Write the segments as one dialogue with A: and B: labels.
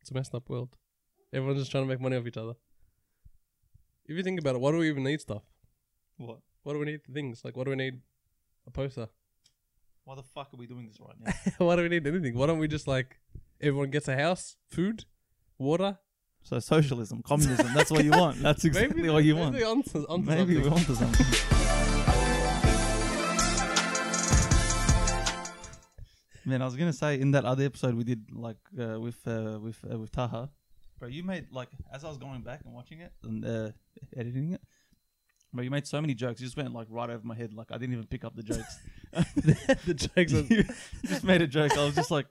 A: It's a messed up world. Everyone's just trying to make money off each other. If you think about it, why do we even need stuff?
B: What?
A: Why do we need things? Like, why do we need a poster?
B: Why the fuck are we doing this right now?
A: why do we need anything? Why don't we just like everyone gets a house, food, water?
B: so socialism, communism, that's what you want. That's exactly what you want.
A: Maybe onto, onto
B: Maybe
A: something.
B: we're onto something. Man, I was gonna say in that other episode we did like uh, with uh, with uh, with Taha, bro. You made like as I was going back and watching it and uh, editing it, bro. You made so many jokes. You just went like right over my head. Like I didn't even pick up the jokes.
A: the jokes. Are,
B: you just made a joke. I was just like,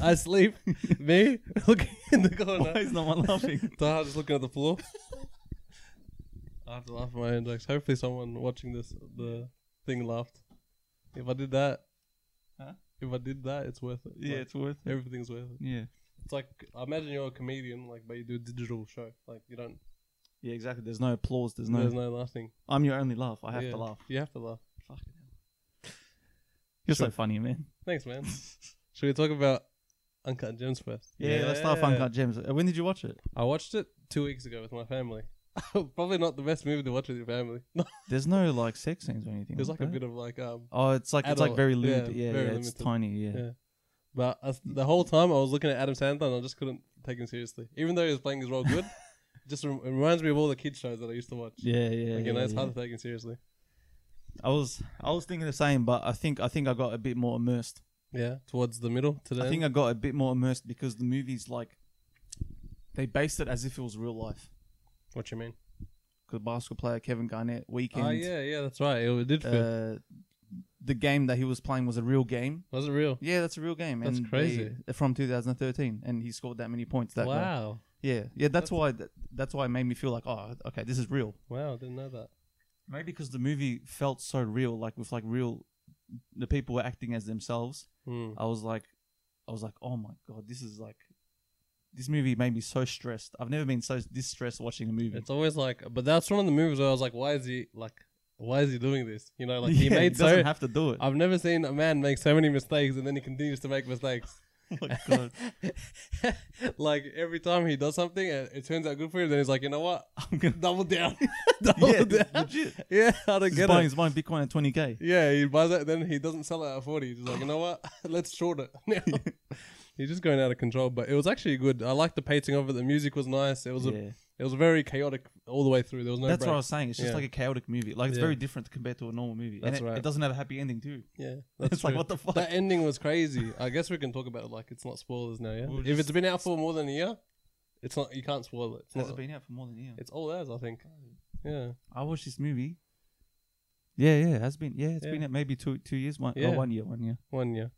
A: I sleep. Me looking in the
B: why
A: corner.
B: is no one laughing?
A: Taha just looking at the floor. I have to laugh at my own jokes. Hopefully, someone watching this the thing laughed. If I did that,
B: Huh?
A: if I did that, it's worth it.
B: Yeah,
A: Like,
B: it's worth it.
A: everything's worth it.
B: Yeah,
A: It's like I imagine you're a comedian, like, but you do a digital show. Like, you don't.
B: yeah, exactly. There's no applause. There's no.
A: There's no laughing.
B: I'm your only laugh. I have
A: Yeah,
B: to laugh.
A: You have to laugh.
B: Fucking hell. You're so funny, man.
A: Thanks, man. Should we talk about Uncut Gems first?
B: Yeah, let's start with
A: Yeah.
B: Uncut Gems. Uh, When did you watch it?
A: I watched it two weeks ago with my family. Probably not the best movie to watch with your family.
B: There's no like sex scenes or anything.
A: There's
B: like
A: like a
B: that.
A: bit of like um,
B: Oh, it's like it's like
A: adult-
B: very
A: yeah,
B: limited. Yeah, yeah,
A: very
B: it's
A: limited.
B: tiny. Yeah.
A: Yeah. but I, the whole time I was looking at Adam Sandler and I just couldn't take him seriously. Even though he was playing his role good, just rem- it reminds me of all the kids shows that I used to watch.
B: Yeah, yeah.
A: like you know,
B: yeah,
A: it's
B: yeah.
A: hard to take him seriously.
B: I was I was thinking the same, but I think I think I got a bit more immersed.
A: Yeah, towards the middle to the
B: I
A: end.
B: think I got a bit more immersed because the movies like they based it as if it was real life.
A: what you mean?
B: Because basketball player Kevin Garnett weekend,
A: Oh yeah, yeah, that's right. It, it did feel
B: uh, the game that he was playing was a real game.
A: was it real?
B: Yeah, that's a real game.
A: That's
B: and they-
A: crazy.
B: from 2013, and he scored that many points. That guy.
A: Wow,
B: Yeah, yeah. That's, why. That, that's why it made me feel like, oh, okay, this is real.
A: wow, I didn't know that.
B: Maybe because the movie felt so real, like with like real, the people were acting as themselves.
A: Hmm.
B: I was like, I was like, oh my god, this is like, this movie made me so stressed. I've never been so this stressed watching a movie.
A: It's always like, but that's one of the movies where I was like, why is he like, why is he doing this? You know, like
B: yeah,
A: he made
B: doesn't
A: so.
B: have to do it.
A: I've never seen a man make so many mistakes and then he continues to make mistakes.
B: Oh my God.
A: like every time he does something, it, it turns out good for him. Then he's like, you know what?
B: I'm gonna,
A: Double down, double
B: yeah,
A: down.
B: legit.
A: Yeah, I don't
B: He's
A: get
B: buying,
A: it.
B: he's buying Bitcoin at 20k.
A: Yeah, he buys it. Then he doesn't sell it at forty. He's just like, you know what? Let's short it. Now. He's just going out of control. But it was actually good. I liked the pacing of it. The music was nice. It was a,
B: Yeah.
A: it was very chaotic all the way through. There was no.
B: That's
A: break.
B: what I was saying. It's just
A: Yeah.
B: like a chaotic movie. Like it's
A: Yeah.
B: very different compared to a normal movie.
A: That's
B: and it,
A: right.
B: it doesn't have a happy ending too.
A: Yeah,
B: It's like
A: true.
B: what the fuck.
A: That ending was crazy. I guess we can talk about it like it's not spoilers now, yeah.
B: We'll
A: if
B: just-
A: it's been out for more than a year, it's not. You can't spoil it. It's,
B: Has
A: not,
B: it been out for more than a year?
A: it's all theirs, I think. Yeah,
B: I watched this movie. Yeah, yeah, it has been. Yeah, it's
A: Yeah.
B: been at maybe two two years. One,
A: Yeah.
B: oh, one year, one year.
A: one year.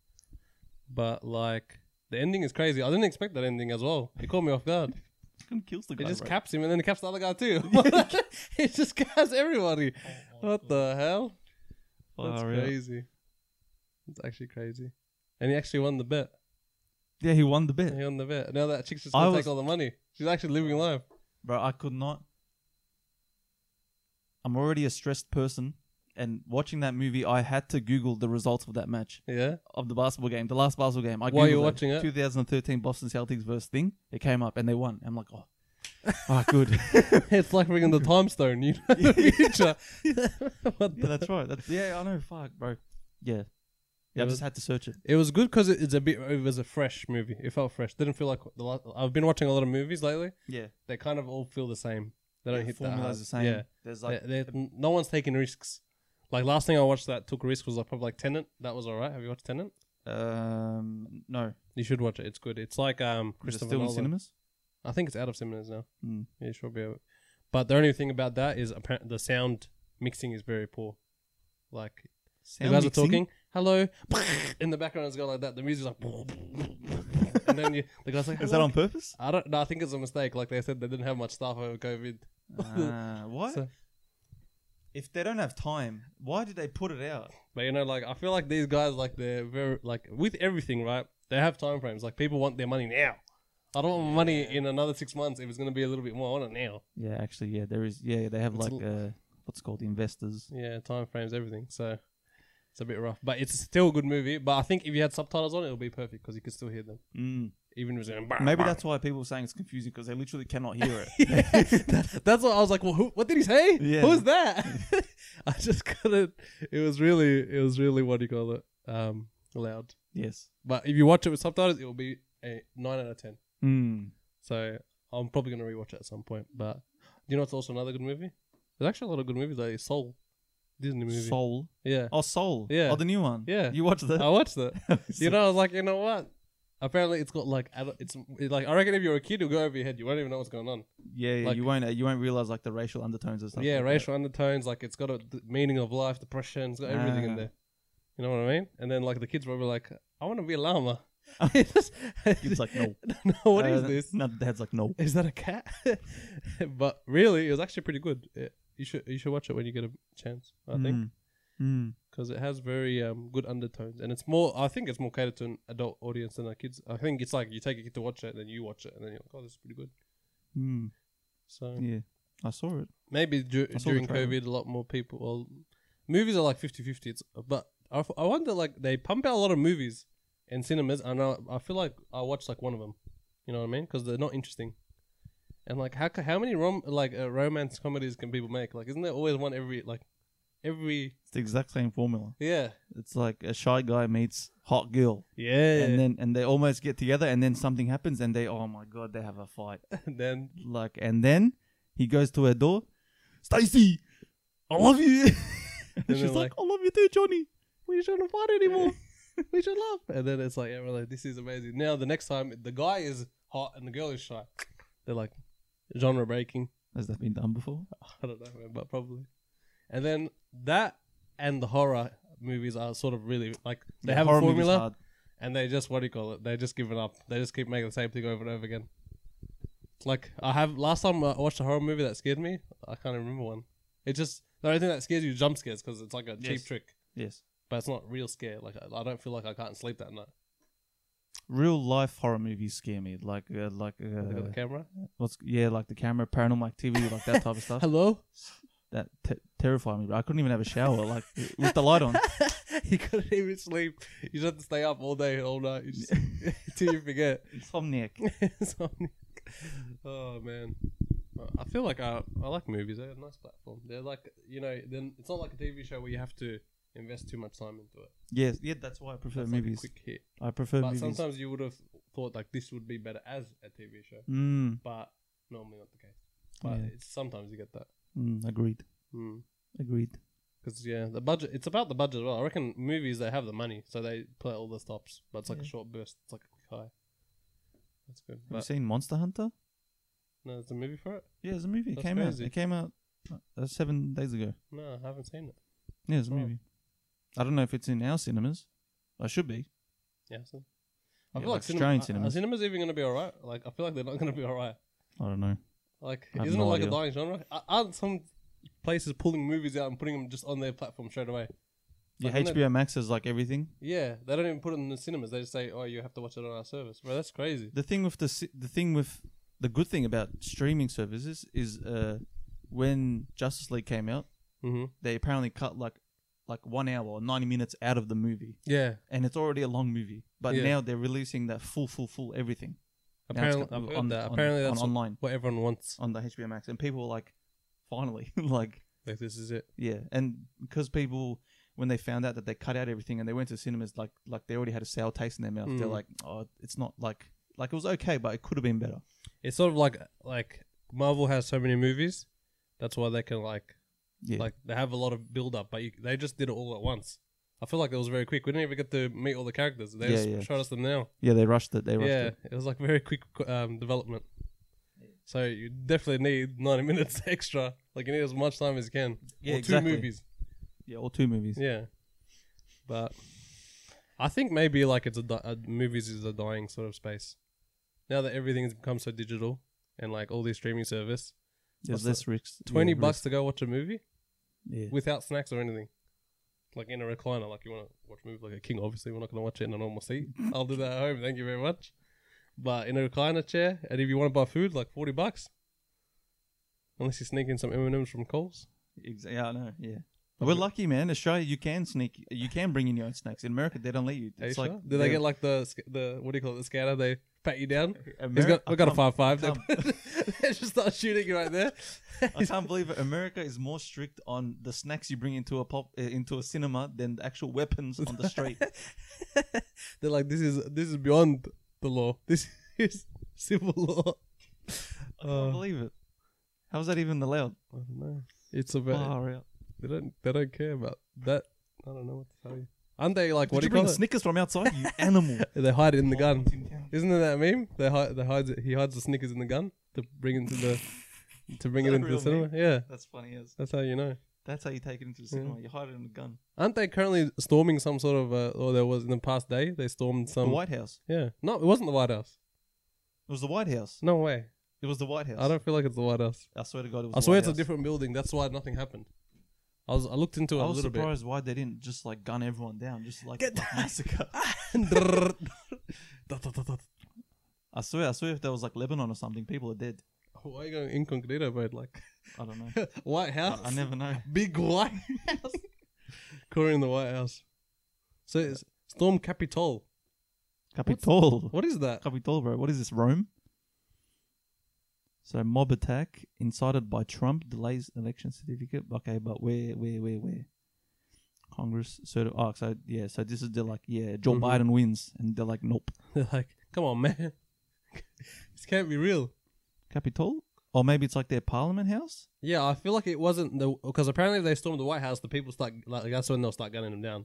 A: But like the ending is crazy. I didn't expect that ending as well. It caught me off guard.
B: Fucking kills the
A: It
B: guy,
A: just
B: bro.
A: caps him and then it caps the other guy too. it just caps everybody. What the hell? That's
B: Far out.
A: crazy. It's actually crazy. And he actually won the bet.
B: Yeah, he won the bet,
A: He won the bet. Now that chick's just
B: I
A: gonna
B: was-
A: take all the money. She's actually living life.
B: bro. I could not. I'm already a stressed person, and watching that movie, I had to Google the results of that match
A: Yeah.
B: of the basketball game, the last basketball game. I
A: While you're
B: Googled
A: watching it?
B: 2013 Boston Celtics versus thing. It came up and they won. I'm like, oh, ah, good.
A: It's like bringing the time stone, you know, the future. What
B: yeah,
A: the-
B: that's right. That's, yeah, I know. Fuck, bro. Yeah.
A: Yeah,
B: yeah I
A: but-
B: just had to search it.
A: It was good because it, it's a bit. It was a fresh movie. It felt fresh. Didn't feel like the. la I've been watching a lot of movies lately.
B: Yeah.
A: They kind of all feel the same. They don't
B: Yeah,
A: hit that.
B: formula's
A: hard.
B: the same.
A: Yeah.
B: There's like
A: They- they- no one's taking risks. Like last thing I watched that took risks was like probably like Tenant. That was alright. Have you watched Tenant?
B: um no.
A: You should watch it. It's good. It's like um
B: Is it
A: Christopher
B: still in
A: Nolan.
B: cinemas?
A: I think it's out of cinemas now.
B: Mm.
A: Yeah, it should be. out. But the only thing about that is apparent the sound mixing is very poor. Like
B: Sound
A: the guys
B: mixing?
A: are talking, hello, in the background it's going like that. The music's like, and then you, the guy's like,
B: Is that on purpose?
A: I don't know. I think it's a mistake. Like they said, they didn't have much staff over COVID.
B: uh, what?
A: So-
B: if they don't have time, why did they put it out?
A: But you know, like I feel like these guys, like they're very like with everything, right? They have time frames. Like people want their money now. I don't want my money in another six months if it's going to be a little bit more. I want it now.
B: Yeah, actually, yeah, there is. Yeah, they have
A: It's a
B: like uh, what's it called investors.
A: Yeah, time frames, everything. So it's a bit rough, but it's still a good movie. But I think if you had subtitles on, it'll be perfect because you could still hear them.
B: Mm.
A: Even if it's going.
B: Maybe that's why people were saying it's confusing because they literally cannot hear it.
A: That's what I was like. Well, who, what did he say?
B: Yeah.
A: Who's that? I just couldn't. It was really, it was really what do you call it? Um, loud.
B: yes.
A: But if you watch it with subtitles, it will be a nine out of ten.
B: Mm.
A: So I'm probably gonna rewatch it at some point. But you know, it's also another good movie. There's actually a lot of good movies. Like Soul, Disney movie.
B: Soul.
A: Yeah,
B: Oh, Soul.
A: Yeah.
B: Oh, the new one.
A: Yeah.
B: You watched that?
A: I watched that. You know, I was like, you know what? Apparently, it's got like adult, it's it, like I reckon if you're a kid, you'll go over your head. You won't even know what's going on.
B: Yeah, yeah
A: like-
B: you won't. uh, You won't realize like the racial undertones and stuff.
A: yeah,
B: like that.
A: racial undertones. Like it's got a the meaning of life, depression. It's got everything in
B: Ah.
A: there. You know what I mean? And then like the kids were like, I want to be a llama.
B: It's like no.
A: no, what
B: Uh,
A: is this?
B: No, dad's like no.
A: Is that a cat? but really, it was actually pretty good. It, you should you should watch it when you get a chance. I think
B: Mm. Mm.
A: because it has very um, good undertones and it's more. I think it's more catered to an adult audience than a kids. I think it's like you take a kid to watch it, then you watch it, and then you're like, oh, this is pretty good.
B: Mm.
A: So
B: Yeah, I saw it.
A: maybe du-
B: I saw the
A: during
B: trailer.
A: COVID, a lot more people. Well, movies are like 50 50. But I, f- I wonder, like, they pump out a lot of movies in cinemas, and I, I feel like I watched like one of them. You know what I mean? Because they're not interesting. And like, how ca- how many rom like uh, romance comedies can people make? Like, isn't there always one every like every
B: It's the exact same formula.
A: yeah
B: It's like a shy guy meets hot girl,
A: yeah
B: and then and they almost get together, and then something happens, and they oh my god, they have a fight.
A: and then
B: Like, and then he goes to her door, Stacy, I love you.
A: they're
B: and she's like,
A: like-
B: I love you too, Johnny.
A: we shouldn't fight anymore. we should love. And then it's like, yeah, we're like, this is amazing. Now the next time the guy is hot and the girl is shy, they're like genre breaking.
B: Has that been done before?
A: I don't know, man, but probably. And then that and the horror movies are sort of really like they
B: Yeah,
A: have a
B: horror movies
A: formula
B: hard.
A: and they just what do you call it? They just give it up. They just keep making the same thing over and over again. Like I have last time I watched a horror movie that scared me, I can't remember one. It just the only thing that scares you is jump scares because it's like a
B: Yes.
A: cheap trick,
B: Yes,
A: but it's not real scare. Like I, I don't feel like I can't sleep that night.
B: real life horror movies scare me. Like, uh, like,
A: They got
B: uh,
A: the camera.
B: what's yeah, like the camera, paranormal activity, like that type of stuff.
A: Hello.
B: that te- terrified me. Bro. I couldn't even have a shower, like with the light on.
A: you couldn't even sleep. You just have to stay up all day, all night, you just, till you forget.
B: Insomniac.
A: Something. oh man, Uh, I feel like I I like movies. They're a nice platform. They're like you know, then it's not like a TV show where you have to invest too much time into it.
B: Yes, yeah, that's why I prefer
A: It's like a
B: movies.
A: quick hit.
B: I prefer
A: but
B: movies.
A: sometimes you would have thought like this would be better as a TV show,
B: Mm,
A: but normally not the case. But
B: Yeah.
A: it's sometimes you get that.
B: mm, agreed.
A: Mm.
B: Agreed.
A: Because yeah, the budget. It's about the budget as well. I reckon movies they have the money, so they play all the stops. But it's like a
B: Yeah.
A: short burst. It's like a quick high. That's good.
B: Have you
A: But
B: seen Monster Hunter?
A: no, there's a movie for it.
B: Yeah, it's a movie. It
A: That's
B: came
A: crazy.
B: out. It came out uh, seven days ago.
A: No, I haven't seen it.
B: Yeah, it's a
A: Oh.
B: movie. I don't know if it's in our cinemas. I should be.
A: Yeah, so. I
B: Yeah,
A: feel like,
B: like Australian
A: cinema,
B: cinemas.
A: Are cinemas even going to be alright? Like, I feel like they're not going to be alright.
B: I don't know.
A: Like,
B: I have
A: isn't
B: no
A: it like
B: idea.
A: a dying genre? Are- Aren't some places pulling movies out and putting them just on their platform straight away?
B: Yeah,
A: Like, when
B: HBO Max is like everything.
A: Yeah, they don't even put it in the cinemas. They just say, "Oh, you have to watch it on our service." Bro, that's crazy.
B: The thing with the si- the thing with the good thing about streaming services is uh, when Justice League came out,
A: Mm-hmm.
B: they apparently cut like like one hour or 90 minutes out of the movie
A: Yeah,
B: and it's already a long movie but
A: Yeah.
B: now they're releasing that full full full everything Now it's
A: apparently,
B: got-
A: I've heard
B: on-
A: that.
B: on-
A: apparently
B: on
A: that's what-
B: online
A: what everyone wants.
B: on the hbo max and people were like finally like
A: Like, this is it.
B: yeah and because people when they found out that they cut out everything and they went to cinemas like like they already had a sour taste in their mouth they're
A: Mm.
B: like oh it's not like like it was okay but it could have been better
A: It's sort of like like Marvel has so many movies. That's why they can like
B: yeah
A: like they have a lot of build up, but you, they just did it all at once. I feel like it was very quick. We didn't even get to meet all the characters. They
B: Yeah,
A: just
B: yeah.
A: showed us them now.
B: yeah they rushed it they rushed
A: yeah,
B: it
A: it. was like very quick um, development. So you definitely need ninety minutes extra. Like you need as much time as you can.
B: Yeah,
A: or
B: exactly.
A: two movies.
B: yeah or two movies
A: Yeah, but I think maybe like it's a, di- a movies is a dying sort of space. Now that everything's become so digital and like all these streaming service,
B: there's
A: What's that?
B: less risks yeah,
A: twenty
B: risk.
A: bucks to go watch a movie
B: yeah
A: without snacks or anything. Like in a recliner, like you want to watch a movie like a king. Obviously, we're not going to watch it in a normal seat. I'll do that at home. Thank you very much. But in a recliner chair, and if you want to buy food, like forty bucks, unless you sneak in some M and M's from Coles.
B: Exactly. Yeah, I know. Yeah. We're lucky, man. Australia, you can sneak, you can bring in your own snacks. In America, they don't let you.
A: Are you
B: It's like,
A: sure? Do they
B: yeah.
A: get like the sc- the what do you call it the scanner? They pat you down.
B: Ameri-
A: He's got,
B: I
A: I got a five
B: can't-
A: five. They,
B: come.
A: they just start shooting you right there.
B: I can't believe it. America is more strict on the snacks you bring into a pop uh, into a cinema than the actual weapons on the street.
A: They're like, this is this is beyond the law. This is civil law.
B: I
A: Uh.
B: can't believe it. How's that even allowed?
A: I don't know. It's about
B: Far out.
A: they don't they don't care about that. I don't know what to tell you. Aren't they like
B: Did
A: what
B: you
A: do you
B: bring
A: call it?
B: Snickers from outside? You animal.
A: they hide it in the gun. Isn't it that meme? They hide they hides it, he hides the Snickers in the gun to bring into the to bring
B: Is
A: it
B: that
A: into the
B: a real
A: cinema.
B: meme?
A: Yeah,
B: That's funny as.
A: that's how you know.
B: That's how you take it into the cinema. You hide it in a gun.
A: Aren't they currently storming some sort of uh, or there was in the past day they stormed
B: The
A: some
B: White House.
A: Yeah. No, it wasn't the White House.
B: It was the White House.
A: No way.
B: It was the White House.
A: I don't feel like it's the White House.
B: I swear to God, it was.
A: I
B: the
A: swear
B: White
A: it's a
B: House.
A: different building. That's why nothing happened. I was I looked into it
B: I
A: a
B: was
A: little
B: surprised why they didn't just like gun everyone down, just like,
A: Get Ah!
B: like massacre.
A: bit. Da, da, da, da.
B: I swear, I swear, if there was like Lebanon or something, people are dead.
A: why are you going incognito mode? Like
B: I don't know.
A: White
B: I,
A: House.
B: I never know.
A: Big White House. Corey in the White House. So it's Storm Capitol.
B: Capitol.
A: What is that?
B: Capitol, bro. What is this? Rome? So mob attack incited by Trump delays election certificate. Okay, but where, where, where, where? Congress sort of. Oh, so yeah. So this is they're like, yeah, Joe
A: Mhm.
B: Biden wins, and they're like, nope.
A: They're like, come on, man. this can't be real.
B: Capitol, or maybe it's like their Parliament House.
A: Yeah, I feel like it wasn't the because apparently if they stormed the White House, the people start like that's when they'll start gunning them down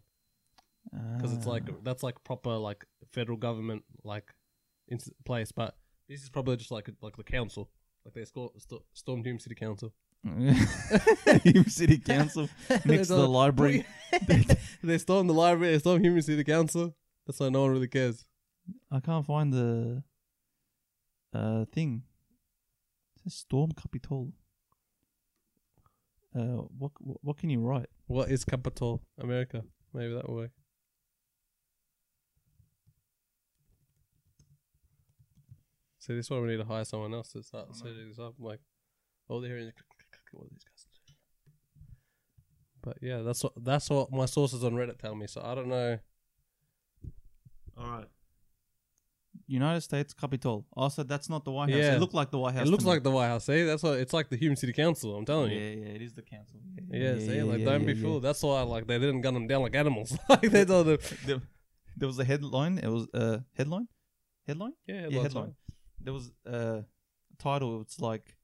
A: because it's like
B: Ah.
A: that's like proper like federal government like in place, but this is probably just like like the council, like they sco- st- stormed Hume City Council.
B: Hume City Council next to
A: There's
B: the
A: a-
B: library.
A: they stormed the library, they stormed Hume City Council. That's why no one really cares.
B: I can't find the uh thing. It says Storm Capitol. Uh, what what can you write?
A: What is capital America? Maybe that will work. So this one we need to hire someone else to
B: Mm-hmm.
A: start setting this up. Like all they're hearing is what are these guys doing? But yeah, that's what that's what my sources on Reddit tell me. So I don't know.
B: All right. United States Capitol. Also, that's not the White House.
A: Yeah.
B: It looked like the White House.
A: it looks
B: to me.
A: like the White House. See, that's what it's like the Human City Council. I'm telling
B: yeah,
A: you.
B: yeah, it is the council.
A: Yeah, see, like
B: yeah,
A: don't
B: yeah,
A: be
B: yeah.
A: fooled. That's why like they didn't gun them down like animals. like they told them.
B: There, there was a headline. It was uh headline, headline.
A: Yeah,
B: yeah,
A: that's
B: headline.
A: right.
B: There was a title. It's like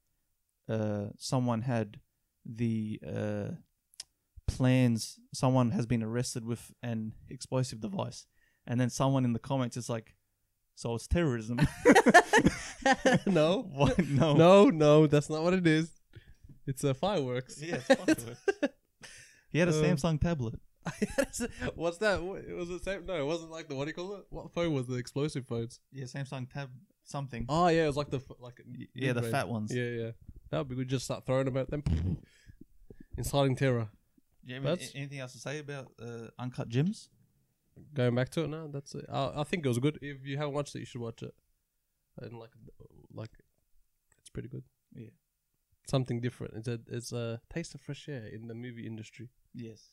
B: uh, someone had the uh, plans. Someone has been arrested with an explosive device, and then someone in the comments is like, "So it's terrorism."
A: no.
B: what? No.
A: No, no, that's not what it is. It's uh, fireworks.
B: Yeah, it's fireworks. He had a
A: Uh,
B: Samsung tablet.
A: What's that? What- It was the same. No, it wasn't like the what do you call it? What phone was the explosive phones?
B: Yeah, Samsung tab something.
A: Oh yeah, it was like the f- like
B: yeah, the
A: mid-range.
B: fat ones.
A: Yeah, yeah. That would be good. Just start throwing them at them, inciting terror.
B: Yeah, I mean,
A: That's-
B: a- anything else to say about uh, Uncut Gems?
A: Going back to it now. That's it. I, I think it was good. If you haven't watched it, you should watch it. And like, like, it's pretty good.
B: Yeah.
A: Something different. It's a it's a taste of fresh air in the movie industry.
B: Yes.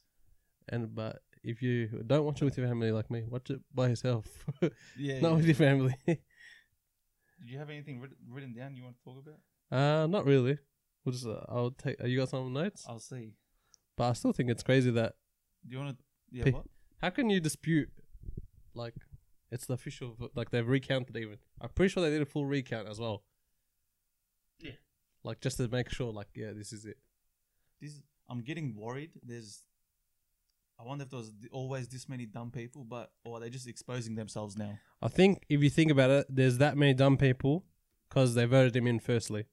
A: And but if you don't watch it with your family like me, watch it by yourself.
B: Yeah.
A: not with your family.
B: Did you have anything writ- written down you want to talk about?
A: uh, not really. We'll just uh, I'll take. Uh, you got some notes?
B: I'll see.
A: But I still think it's crazy that
B: Do you want to? Yeah.
A: Pe-
B: what?
A: how can you dispute like it's the official vo- like they've recounted even. I'm pretty sure they did a full recount as well.
B: Yeah.
A: Like just to make sure, like yeah, this is it.
B: This is- I'm getting worried. There's. I wonder if there's th- always this many dumb people, but or are they just exposing themselves now?
A: I think if you think about it, there's that many dumb people because they voted him in. Firstly,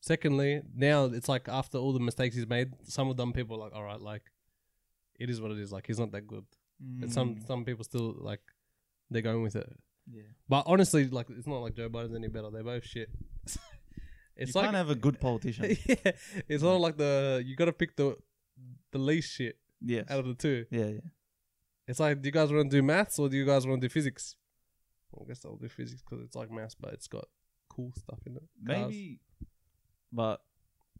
A: secondly, now it's like after all the mistakes he's made, some of dumb people are like, all right, like it is what it is. Like he's not that good, and some some people still like they're going with it.
B: Mm, Yeah.
A: But honestly, like it's not like Joe Biden's any better. They're both shit. it's
B: you
A: like
B: can't have a good politician.
A: yeah, it's not like the you got to pick the the least shit
B: yes.
A: out of the two.
B: Yeah. Yeah.
A: It's like, do you guys want to do maths or do you guys want to do physics? I guess I'll do physics because it's like maths, but it's got cool stuff in it. Cars.
B: Maybe. But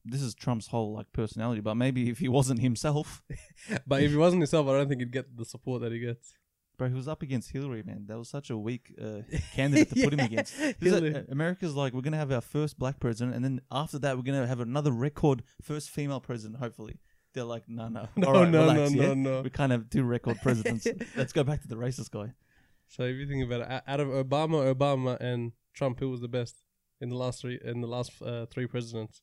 B: this is Trump's whole like personality. But maybe if he wasn't himself,
A: but if he wasn't himself, I don't think he'd get the support that he gets.
B: Bro, he was up against Hillary, man. That was such a weak uh, candidate to put him against. This is-
A: Hillary.
B: uh, America's like, we're going to have our first black president, and then after that, we're going to have another record first female president, hopefully. They're like, no, no.
A: No,
B: All right,
A: no,
B: relax,
A: no,
B: yeah?
A: no, no.
B: We can't have two record presidents. Let's go back to the racist guy.
A: So if you think about it, o- out of Obama, Obama and Trump, who was the best in the last three in the last uh, three presidents?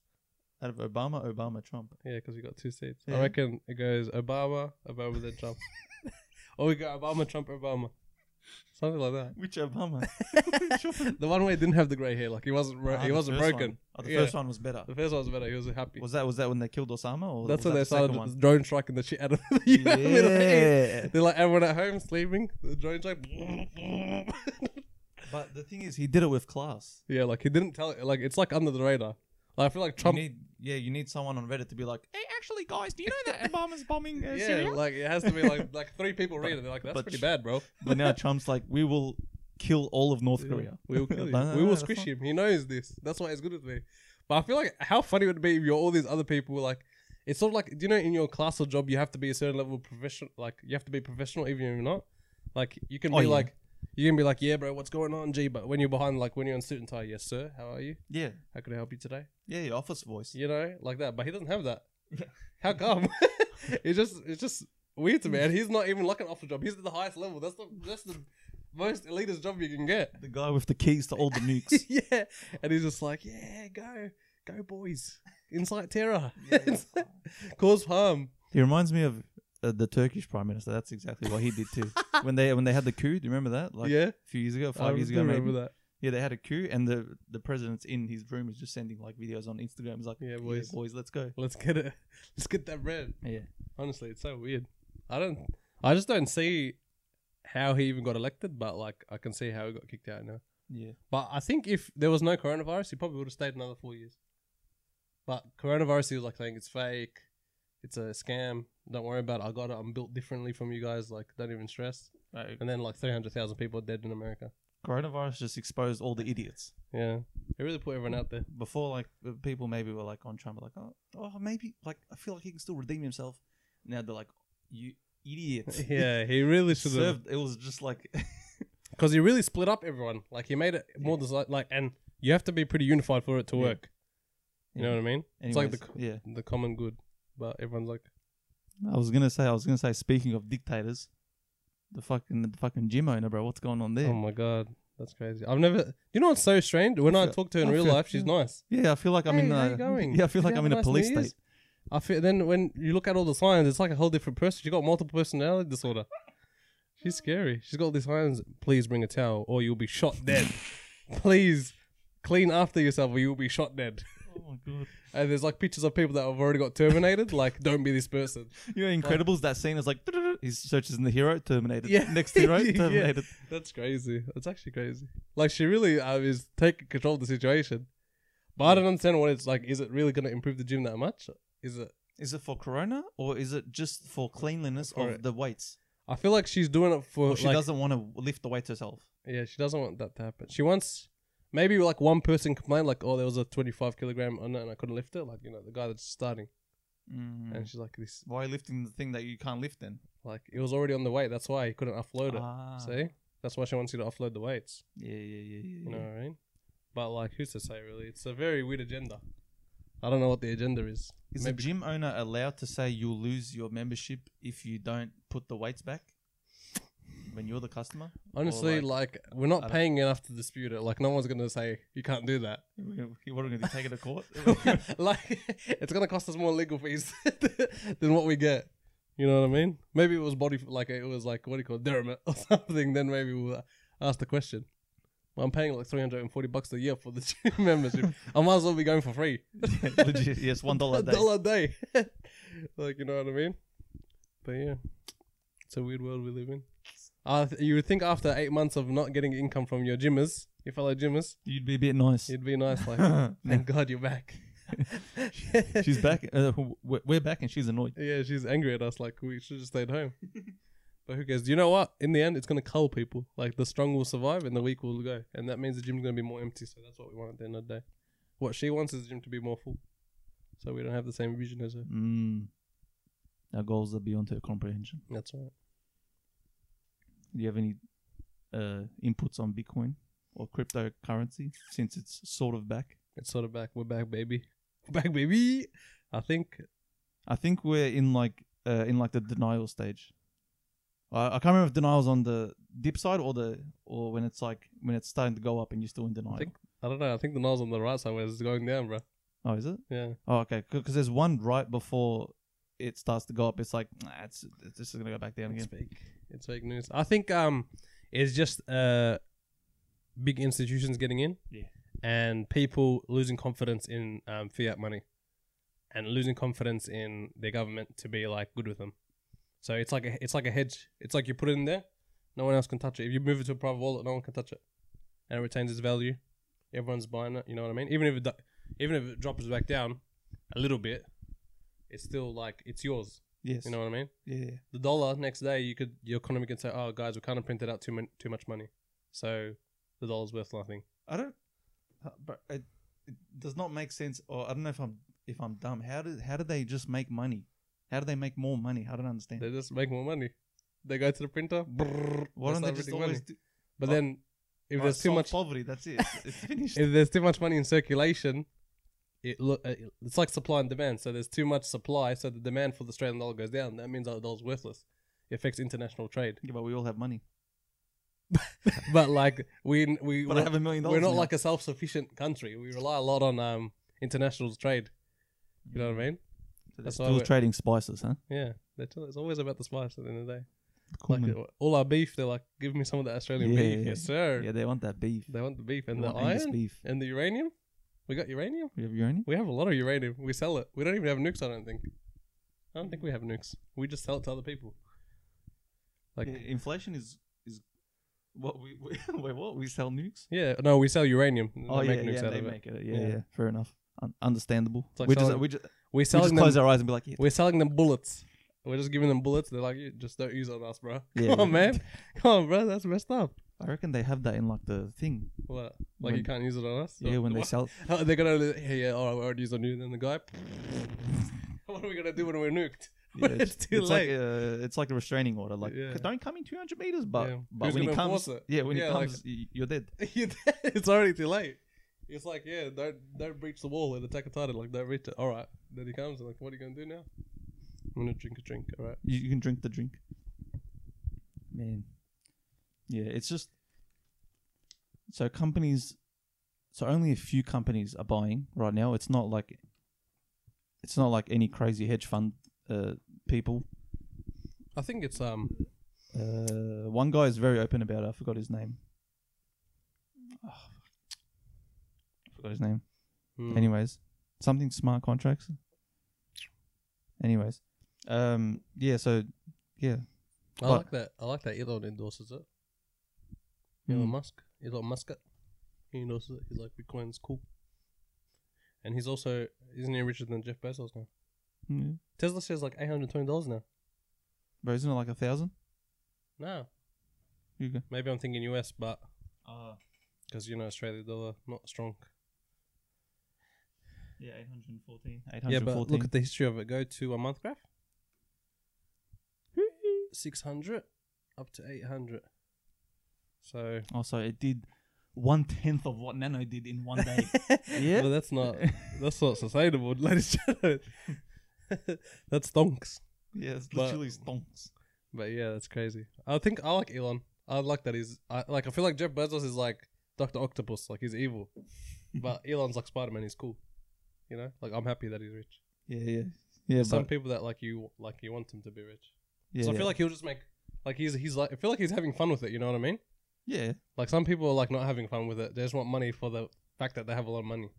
B: Out of Obama, Obama, Trump.
A: Yeah, because we got two states.
B: Yeah.
A: I reckon it goes Obama, Obama, then Trump. or we got Obama, Trump, Obama, something like that.
B: Which Obama?
A: The one where he didn't have the gray hair, like he wasn't ro-
B: Ah,
A: he
B: the
A: wasn't
B: first
A: broken.
B: one. Oh, the
A: Yeah.
B: first one was better.
A: The first one was better. He was happy.
B: Was that was that when they killed Osama? Or
A: That's
B: was
A: when they
B: that the second
A: started
B: one?
A: drone striking the shit out of the yeah. Middle East.
B: Yeah.
A: They're like everyone at home sleeping. The drone strike.
B: But the thing is, he did it with class.
A: yeah, like he didn't tell it. Like it's like under the radar. Like I feel like
B: You
A: Trump.
B: need, yeah, you need someone on Reddit to be like, hey, actually, guys, do you know that Obama's bombing uh,
A: yeah,
B: Syria?
A: like it has to be like like three people read it. They're like, that's
B: but
A: pretty
B: sh-
A: bad, bro.
B: But now Trump's like, we will kill all of North Korea.
A: We will kill
B: No, no,
A: him. We
B: no,
A: will
B: that's
A: squish
B: not-
A: him. He knows this. That's why he's good with me. But I feel like how funny would it be if you're all these other people like. It's sort of like do you know in your class or job you have to be a certain level of professional. Like you have to be professional even if you're not. Like you can
B: Oh,
A: be
B: yeah.
A: like you can be like yeah bro what's going on G but when you're behind like when you're in suit and tie yes sir how are you
B: Yeah.
A: how can I help you today
B: Yeah, your office voice.
A: you know like that but he doesn't have that. how come? it's just it's just weird to me and he's not even like an officer job. He's at the highest level. That's the that's the most elitist job you can get.
B: The guy with the keys to all the nukes.
A: yeah. And he's just like, yeah, go, go, boys. Incite terror. Cause harm.
B: he reminds me of uh, the Turkish prime minister. That's exactly what he did too. when they when they had the coup, do you remember that? Like
A: yeah.
B: a few years ago,
A: I
B: five years
A: do
B: ago,
A: remember
B: maybe.
A: that.
B: Yeah, they had a coup, and the the president's in his room is just sending like videos on Instagram. He's like,
A: Yeah, boys.
B: boys, let's go.
A: Let's get it. Let's get that bread.
B: Yeah.
A: Honestly, it's so weird. I don't, I just don't see how he even got elected, but like, I can see how he got kicked out now.
B: Yeah.
A: But I think if there was no coronavirus, he probably would have stayed another four years. But coronavirus, he was like saying it's fake, it's a scam. Don't worry about it. I got it. I'm built differently from you guys. Like, don't even stress.
B: Like,
A: And then like 300,000 people are dead in America.
B: coronavirus just exposed all the idiots.
A: Yeah. It really put everyone out there.
B: Before, like, the people maybe were like on Trump, like, oh, oh, maybe, like, I feel like he can still redeem himself. Now they're like, you idiot.
A: Yeah, he really should have.
B: Served, it was just like,
A: Because he really split up everyone. Like, he made it more desi- like, and you have to be pretty unified for it to
B: Yeah.
A: work. You know what I mean? It's like the,
B: Anyways, yeah.
A: co- the common good. But everyone's like,
B: I was gonna say, I was gonna say, speaking of dictators, the fucking, the fucking gym owner, bro, what's going on there?
A: oh my God, that's crazy. I've never, you know what's so strange? When I
B: feel-
A: talk to her in
B: I
A: real
B: feel-
A: life, she's
B: yeah.
A: nice.
B: yeah, I feel like I'm
A: Hey,
B: in
A: how
B: a,
A: you going?
B: yeah, I feel
A: Did
B: like
A: you
B: I'm
A: have
B: in
A: a
B: a
A: nice New
B: police
A: Year's?
B: state.
A: I feel, then when you look at all the signs, it's like a whole different person. She's got multiple personality disorder. She's scary. She's got all these signs. Please bring a towel or you'll be shot dead. Please clean after yourself or you'll be shot dead.
B: Oh my god!
A: And there's like pictures of people that have already got terminated. like, don't be this person.
B: You know, Incredibles. That scene is like he searches in the hero, terminated.
A: Yeah.
B: Next hero,
A: Yeah.
B: terminated.
A: That's crazy. That's actually crazy. Like, she really uh, is taking control of the situation. But I don't understand what it's like. Is it really going to improve the gym that much? Is it?
B: Is it for Corona or is it just for cleanliness
A: For
B: of
A: it.
B: the weights?
A: I feel like she's doing it for.
B: Or she
A: like,
B: doesn't want to lift the weights herself.
A: Yeah, she doesn't want that to happen. She wants maybe like one person complained like, "Oh, there was a 25 kilogram on it and I couldn't lift it." Like you know, the guy that's starting, and she's like, "This
B: Mm. Why lifting the thing that you can't lift then?
A: like it was already on the weight. That's why he couldn't offload it.
B: Ah.
A: See, that's why she wants you to offload the weights.
B: Yeah, yeah, yeah, yeah.
A: You know what I mean? But like, who's to say really? It's a very weird agenda. I don't know what the agenda is.
B: Is
A: Maybe
B: a gym owner allowed to say you'll lose your membership if you don't put the weights back when you're the customer? Or
A: honestly, like, we're not
B: don't-
A: paying enough to dispute it. Like, no one's gonna say you can't do that.
B: we're gonna- what are we going to take it to court?
A: like it's gonna cost us more legal fees than what we get. You know what I mean? Maybe it was body like it was like what do you call it, dermot or something. Then maybe we'll ask the question. Well, I'm paying like 340 bucks a year for the gym membership. I might as well be going for free.
B: Yeah, legit, yes, one dollar a day.
A: dollar a day. like you know what I mean? But yeah, it's a weird world we live in. Uh, you would think after eight months of not getting income from your gymmers, your fellow gymmers,
B: You'd be a bit nice.
A: it'd be nice. Like,
B: No,
A: thank God you're back.
B: she's back. Uh, w- w- we're back, and she's annoyed.
A: Yeah, she's angry at us. Like we should have stayed home. but who cares? You know what? In the end, it's gonna cull people. Like the strong will survive and the weak will go, and that means the gym's gonna be more empty. So that's what we want at the end of the day. What she wants is the gym to be more full, so we don't have the same vision as her.
B: Mm. Our goals are beyond her comprehension.
A: That's all right.
B: Do you have any uh, inputs on Bitcoin or cryptocurrency since it's sort of back?
A: It's sort of back. We're back, baby. Back, baby. I think
B: I think we're in like uh, in like the denial stage. I, I can't remember if denial's on the dip side or the or when it's like when it's starting to go up and you're still in denial.
A: think- I don't know. I think the Nile's on the right side where it's going down, bro.
B: oh, is it?
A: Yeah.
B: Oh, okay. Because there's one right before it starts to go up. It's like nah, it's it's just gonna go back down
A: It's
B: again.
A: fake. It's fake news. I think um, it's just uh, big institutions getting in,
B: Yeah.
A: and people losing confidence in um, fiat money, and losing confidence in their government to be like good with them. So it's like a it's like a hedge. It's like you put it in there, no one else can touch it. If you move it to a private wallet, no one can touch it, and it retains its value. Everyone's buying it. You know what I mean? Even if it do- even if it drops back down a little bit, it's still like it's yours.
B: Yes.
A: You know what I mean?
B: Yeah. yeah.
A: the dollar next day you could your economy could say oh guys we can't print it out too, mon- too much money so the dollar's worth nothing
B: I don't. uh, But it, it does not make sense. Or I don't know if I'm if I'm dumb. How did how do they just make money? How do they make more money? I don't understand.
A: they just make more money they go to the printer brrr, they
B: Why don't they
A: start
B: just
A: printing
B: always
A: money.
B: do,
A: but
B: oh,
A: then if
B: like,
A: there's too
B: solve
A: much
B: poverty? That's it. It's- It's finished.
A: if there's too much money in circulation it look uh, it's like supply and demand so there's too much supply so the demand for the Australian dollar goes down that means our dollar's worthless it affects international trade
B: yeah, but we all have money.
A: but like we we
B: But I have a million dollars.
A: we're not
B: now.
A: like a self-sufficient country we rely a lot on um international trade you know what I mean
B: So they're
A: that's why
B: still
A: we're-
B: trading spices, huh?
A: Yeah, they tell it's always about the spice at the end of the day.
B: Cool,
A: like
B: man.
A: uh, all our beef, they're like, give me some of the Australian
B: Yeah,
A: beef,
B: yeah,
A: yes sir.
B: yeah, they want that beef.
A: They want the beef
B: They
A: and the
B: want Angus
A: iron
B: beef.
A: and the uranium. We got uranium.
B: We have uranium.
A: We have a lot of uranium. We sell it. We don't even have nukes. I don't think. I don't think we have nukes. We just sell it to other people. Like
B: Yeah,
A: yeah,
B: inflation is is what we, we wait what we sell nukes.
A: no, we sell uranium.
B: Oh
A: they
B: yeah,
A: make nukes
B: yeah,
A: out
B: they
A: of it.
B: make it. Yeah, yeah,
A: Yeah.
B: fair enough. Un- understandable.
A: like
B: we, just,
A: selling-
B: we just
A: We're
B: we
A: selling
B: just
A: them.
B: close our eyes and be like, yeah,
A: We're selling them bullets. We're just giving them bullets. They're like, "You just don't use it on us, bro.
B: Yeah,
A: Come on,
B: yeah.
A: man. Come on, bro. That's messed up.
B: I reckon they have that in like the thing.
A: What? Like you
B: When-
A: can't use it on us.
B: Yeah, when they
A: What?
B: sell.
A: Oh, they're gonna yeah, yeah. All right, we already used on you. Then the guy. what are we gonna do when we're nuked?
B: Yeah,
A: When it's too
B: it's
A: late.
B: like a, it's like a restraining order. Like
A: Yeah.
B: don't come in 200 meters, but
A: Yeah.
B: but
A: Who's
B: when he
A: gonna
B: comes,
A: enforce it?
B: yeah, when
A: Yeah,
B: he
A: like-
B: comes, y- you're dead.
A: You're dead. it's already too late. It's like yeah, don't don't breach the wall and attack a title. Like don't reach it. All right, then he comes and like, what are you gonna do now? I'm gonna drink a drink. All right.
B: You, you can drink the drink. Man, yeah, it's just so companies. So only a few companies are buying right now. It's not like it's not like any crazy hedge fund uh, people.
A: I think it's um.
B: Uh, one guy is very open about it. I forgot his name. Ah, I forgot his name.
A: hmm.
B: Anyways, something smart contracts. Anyways, um, yeah. So, yeah,
A: I
B: but-
A: like that. I like that Elon endorses it.
B: Hmm.
A: Elon Musk. Elon Musk. He endorses it. He's like Bitcoin's cool. And he's also isn't he richer than Jeff Bezos now?
B: Mm. Yeah.
A: Tesla shares like eight hundred twenty dollars now.
B: bro, isn't it like a thousand?
A: No,
B: You go.
A: maybe I'm thinking US, but
B: Uh,
A: because you know Australia dollar not strong.
B: yeah, eight hundred and fourteen. Eight
A: Yeah,
B: hundred
A: but
B: fourteen.
A: look at the history of it. Go to a month graph. Six hundred up to eight hundred. So
B: also, Oh, it did one tenth of what Nano did in one day. yeah,
A: well, that's not that's not sustainable, ladies and gentlemen. that's stonks.
B: yeah, it's
A: but-
B: literally stonks.
A: But yeah, that's crazy. I think I like Elon. I like that he's I, like I feel like Jeff Bezos is like Doctor Octopus, like he's evil. but Elon's like Spider Man. He's cool. You know, like I'm happy that he's rich.
B: Yeah, yeah, yeah.
A: Some
B: but,
A: people that like you like you want him to be rich.
B: yeah,
A: so I
B: yeah.
A: feel like he'll just make like he's he's like I feel like he's having fun with it. You know what I mean?
B: yeah.
A: Like some people are like not having fun with it. They just want money for the fact that they have a lot of money.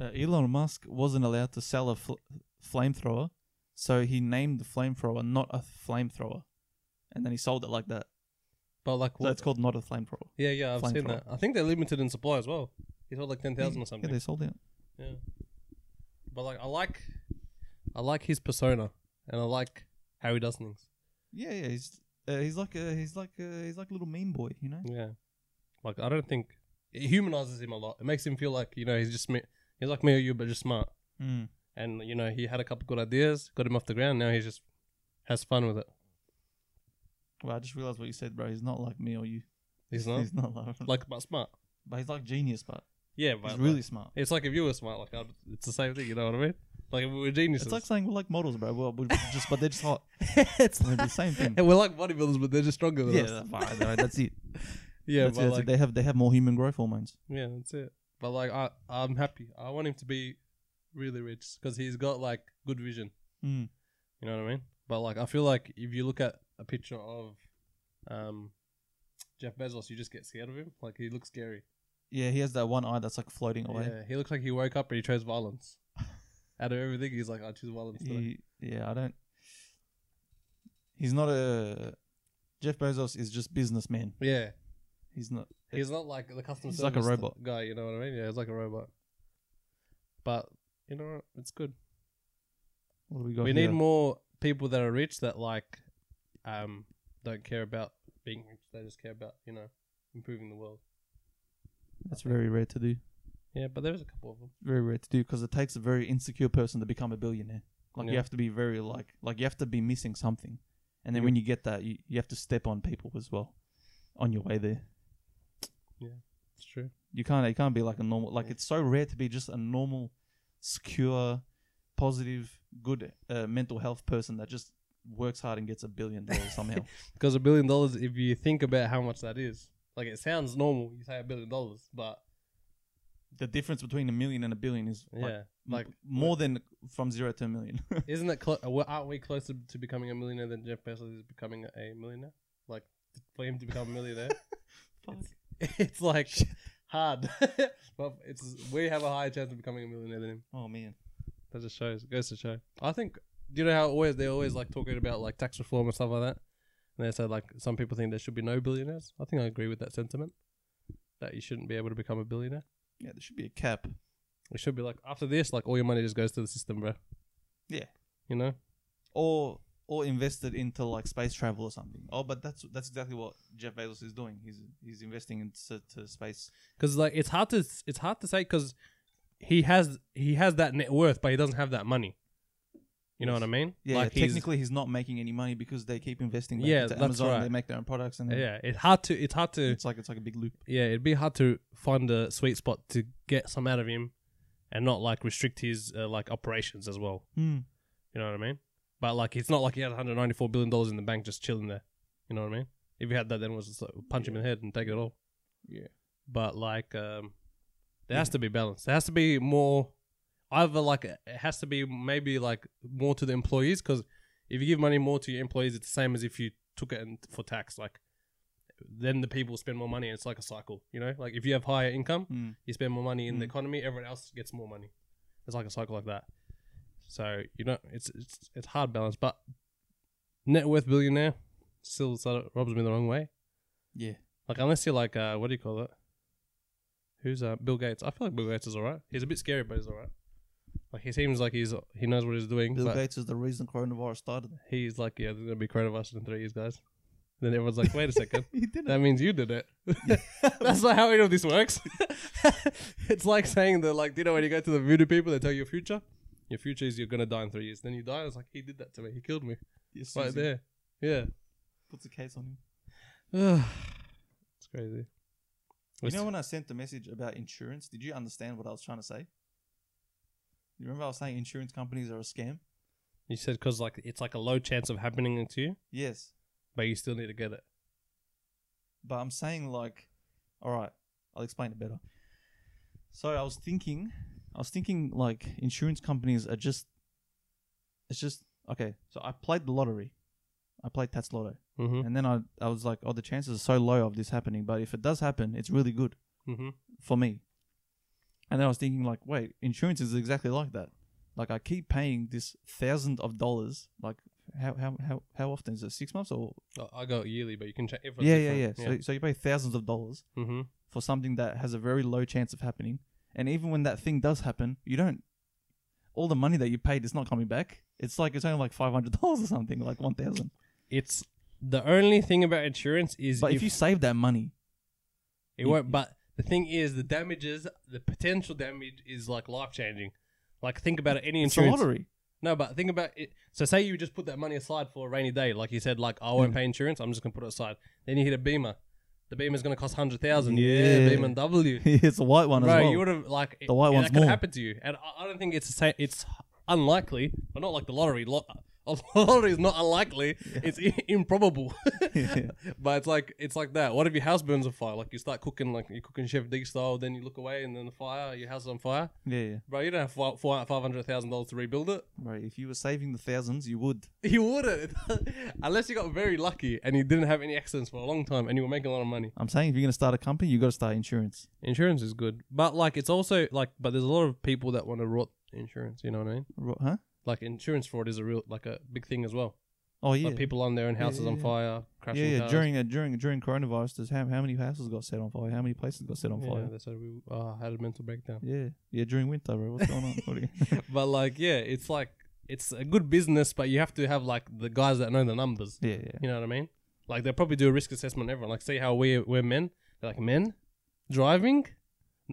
B: uh, Elon Musk wasn't allowed to sell a fl- flamethrower, so he named the flamethrower not a flamethrower, and then he sold it like that.
A: But like
B: So it's called not a flamethrower.
A: yeah yeah I've seen
B: Flamethrower.
A: that. I think they're limited in supply as well. He sold like ten thousand or
B: Yeah,
A: something.
B: they sold it.
A: Yeah. But like I like I like his persona and I like how he does things.
B: Yeah, yeah. He's uh, he's like a, he's like a, he's like a little mean boy, you know.
A: Yeah. Like I don't think it humanizes him a lot. It makes him feel like, you know, he's just me he's like me or you but just smart.
B: Mm.
A: And you know, he had a couple good ideas, got him off the ground, now he just has fun with it.
B: Well, I just realized what you said, bro. He's not like me or you.
A: He's not
B: He's not like,
A: like but smart.
B: but he's like genius, but
A: Yeah,
B: he's
A: but
B: really
A: like-
B: smart.
A: it's like if you were smart, like I'd, it's the same thing. You know what I mean? Like if we were geniuses.
B: It's like saying we're like models, bro. Well, we're just but they're just hot.
A: It's
B: They're the same thing.
A: and we're like bodybuilders, but they're just stronger than
B: Yeah,
A: us.
B: that's, fine, alright, that's it.
A: Yeah,
B: that's it,
A: but
B: that's it.
A: like,
B: They have they have more human growth hormones.
A: yeah, that's it. But like, I, I'm happy. I want him to be really rich because he's got like good vision.
B: Mm.
A: You know what I mean? But like, I feel like if you look at a picture of, um, Jeff Bezos, you just get scared of him. Like he looks scary.
B: Yeah, he has that one eye that's like floating away.
A: Yeah, he looks like he woke up and he chose violence. Out of everything, he's like, I choose violence.
B: Yeah,
A: today.
B: yeah I don't. He's not a Jeff Bezos is just businessman.
A: Yeah,
B: He's not.
A: he's not like the customer
B: He's like
A: service
B: a robot.
A: guy. You know what I mean? Yeah, he's like a robot. But you know, what? it's good.
B: What do we got?
A: we
B: here?
A: need more people that are rich that like um don't care about being rich they just care about you know improving the world
B: That's very rare to do.
A: yeah but there's a couple of them
B: Very rare to do because it takes a very insecure person to become a billionaire. Like
A: Yeah.
B: you have to be very like like you have to be missing something, and then
A: Yeah.
B: when you get that, you, you have to step on people as well, on your way there.
A: it's true
B: You can't you can't be like a normal like it's so rare to be just a normal, secure, positive, good uh, mental health person that just works hard and gets a billion dollars somehow.
A: because a billion dollars if you think about how much that is like it sounds normal you say a billion dollars but
B: the difference between a million and a billion is
A: yeah
B: like,
A: like-
B: like more than from zero to a million.
A: isn't it clo- uh, well, aren't we closer to becoming a millionaire than jeff bezos is becoming a millionaire like for him to become a millionaire it's, it's like hard but it's we have a higher chance of becoming a millionaire than him
B: oh man,
A: That just shows. It goes to show. I think. Do you know how always they always like talking about like tax reform and stuff like that? And they said like some people think there should be no billionaires. I think I agree with that sentiment. That you shouldn't be able to become a billionaire.
B: yeah, there should be a cap.
A: It should be like after this, like all your money just goes to the system, bro.
B: Yeah.
A: You know.
B: or or invested into like space travel or something. Oh, but that's that's exactly what Jeff Bezos is doing. He's he's investing into to space.
A: because like it's hard to it's hard to say because he has he has that net worth, but he doesn't have that money. You know
B: Yes.
A: what I mean?
B: Yeah,
A: Like,
B: yeah,
A: he's-
B: technically he's not making any money because they keep investing. Back
A: Yeah,
B: into
A: that's
B: Amazon.
A: right.
B: They make their own products, and then
A: Yeah, it's hard to it's hard to
B: it's like it's like a big loop.
A: yeah, it'd be hard to find a sweet spot to get some out of him, and not like restrict his uh, like operations as well.
B: Hmm.
A: You know what I mean? But like, it's not like he had 194 billion dollars in the bank just chilling there. You know what I mean? If he had that, then it was just like, punch him in the head and take it all.
B: Yeah.
A: But like, um, there has to be balance. There has to be more. Either like it has to be maybe like more to the employees because if you give money more to your employees, it's the same as if you took it and for tax. Like, then the people spend more money, and it's like a cycle. You know, like if you have higher income,
B: Mm.
A: you spend more money in the
B: Mm.
A: economy, everyone else gets more money. It's like a cycle like that. So you know, it's it's it's hard balance, but net worth billionaire still sort of robs me the wrong way.
B: Yeah,
A: Like unless you're like uh, what do you call it? Who's uh, Bill Gates? I feel like Bill Gates is alright. He's a bit scary, but he's alright. Like he seems like he's he knows what he's doing.
B: Bill
A: but
B: Gates is the reason coronavirus started.
A: He's like, yeah, there's gonna be coronavirus in three years, guys. Then everyone's like, wait a second,
B: He did
A: that means you did it. That's not how any of this works. it's like saying that, like, you know, when you go to the voodoo people, they tell you your future. Your future is you're gonna die in three years. Then you die. It's like he did that to me. He killed me
B: Yes,
A: right there. Yeah,
B: Puts a case on him.
A: it's crazy.
B: You
A: It's-
B: know when I sent the message about insurance, did you understand what I was trying to say? You remember I was saying insurance companies are a scam?
A: you said because like it's like a low chance of happening to you,
B: Yes.
A: but you still need to get it.
B: But I'm saying like, all right, I'll explain it better. So I was thinking, I was thinking like insurance companies are just, it's just okay. So I played the lottery, I played Tats Lotto,
A: Mm-hmm.
B: and then I I was like, oh, the chances are so low of this happening, but if it does happen, it's really good
A: Mm-hmm.
B: for me. And then I was thinking like, wait, insurance is exactly like that. Like I keep paying this thousand of dollars. Like how how how how often is it? Six months or
A: I go yearly, but you can check.
B: yeah yeah yeah. So so you pay thousands of dollars
A: mm-hmm.
B: for something that has a very low chance of happening. And even when that thing does happen, you don't. All the money that you paid is not coming back. It's like it's only like five hundred dollars or something, like one thousand.
A: It's the only thing about insurance is
B: But if you save that money,
A: It won't. But the thing is, the damages, the potential damage is like life changing. Like think about it. Any
B: it's a
A: insurance,
B: lottery.
A: No, but think about it. So say you just put that money aside for a rainy day, like you said, like I
B: Mm.
A: won't pay insurance. I'm just gonna put it aside. Then you hit a Beamer. The Beamer's gonna cost hundred thousand.
B: Yeah.
A: Beamer and W.
B: it's a white one
A: Bro,
B: as well.
A: you would have like
B: The white
A: yeah,
B: one's
A: that could
B: more.
A: happen to you, and I, I don't think it's the same. It's unlikely, but not like the lottery. Lot, a lottery is not unlikely. It's i- improbable.
B: Yeah.
A: But it's like it's like that. What if your house burns on fire? Like you start cooking, like you're cooking Chef D style, then you look away, and then the fire, your house is on fire.
B: yeah, yeah.
A: Bro, you don't have five hundred thousand dollars to rebuild it.
B: Right. If you were saving the thousands, you would.
A: You wouldn't, unless you got very lucky and you didn't have any accidents for a long time, and you were making a lot of money.
B: I'm saying if you're gonna start a company, you got to start insurance.
A: Insurance is good, but like it's also like, but there's a lot of people that want to rot insurance. You know what I mean?
B: Ro- Huh?
A: Like insurance fraud is a real like a big thing as well.
B: Oh yeah.
A: Like people on their own houses
B: yeah,
A: on
B: yeah.
A: fire, crashing
B: yeah, yeah.
A: cars.
B: During uh, during during coronavirus, there's how, how many houses got set on fire? How many places got set on
A: yeah,
B: fire?
A: that's how we uh, had a mental breakdown.
B: Yeah, yeah. during winter, bro. What's going on? What are you-
A: but like, yeah, it's like it's a good business, but you have to have like the guys that know the numbers.
B: yeah, yeah.
A: You know what I mean? Like they'll probably do a risk assessment. on Everyone, like, see how we we're men. They're like men driving.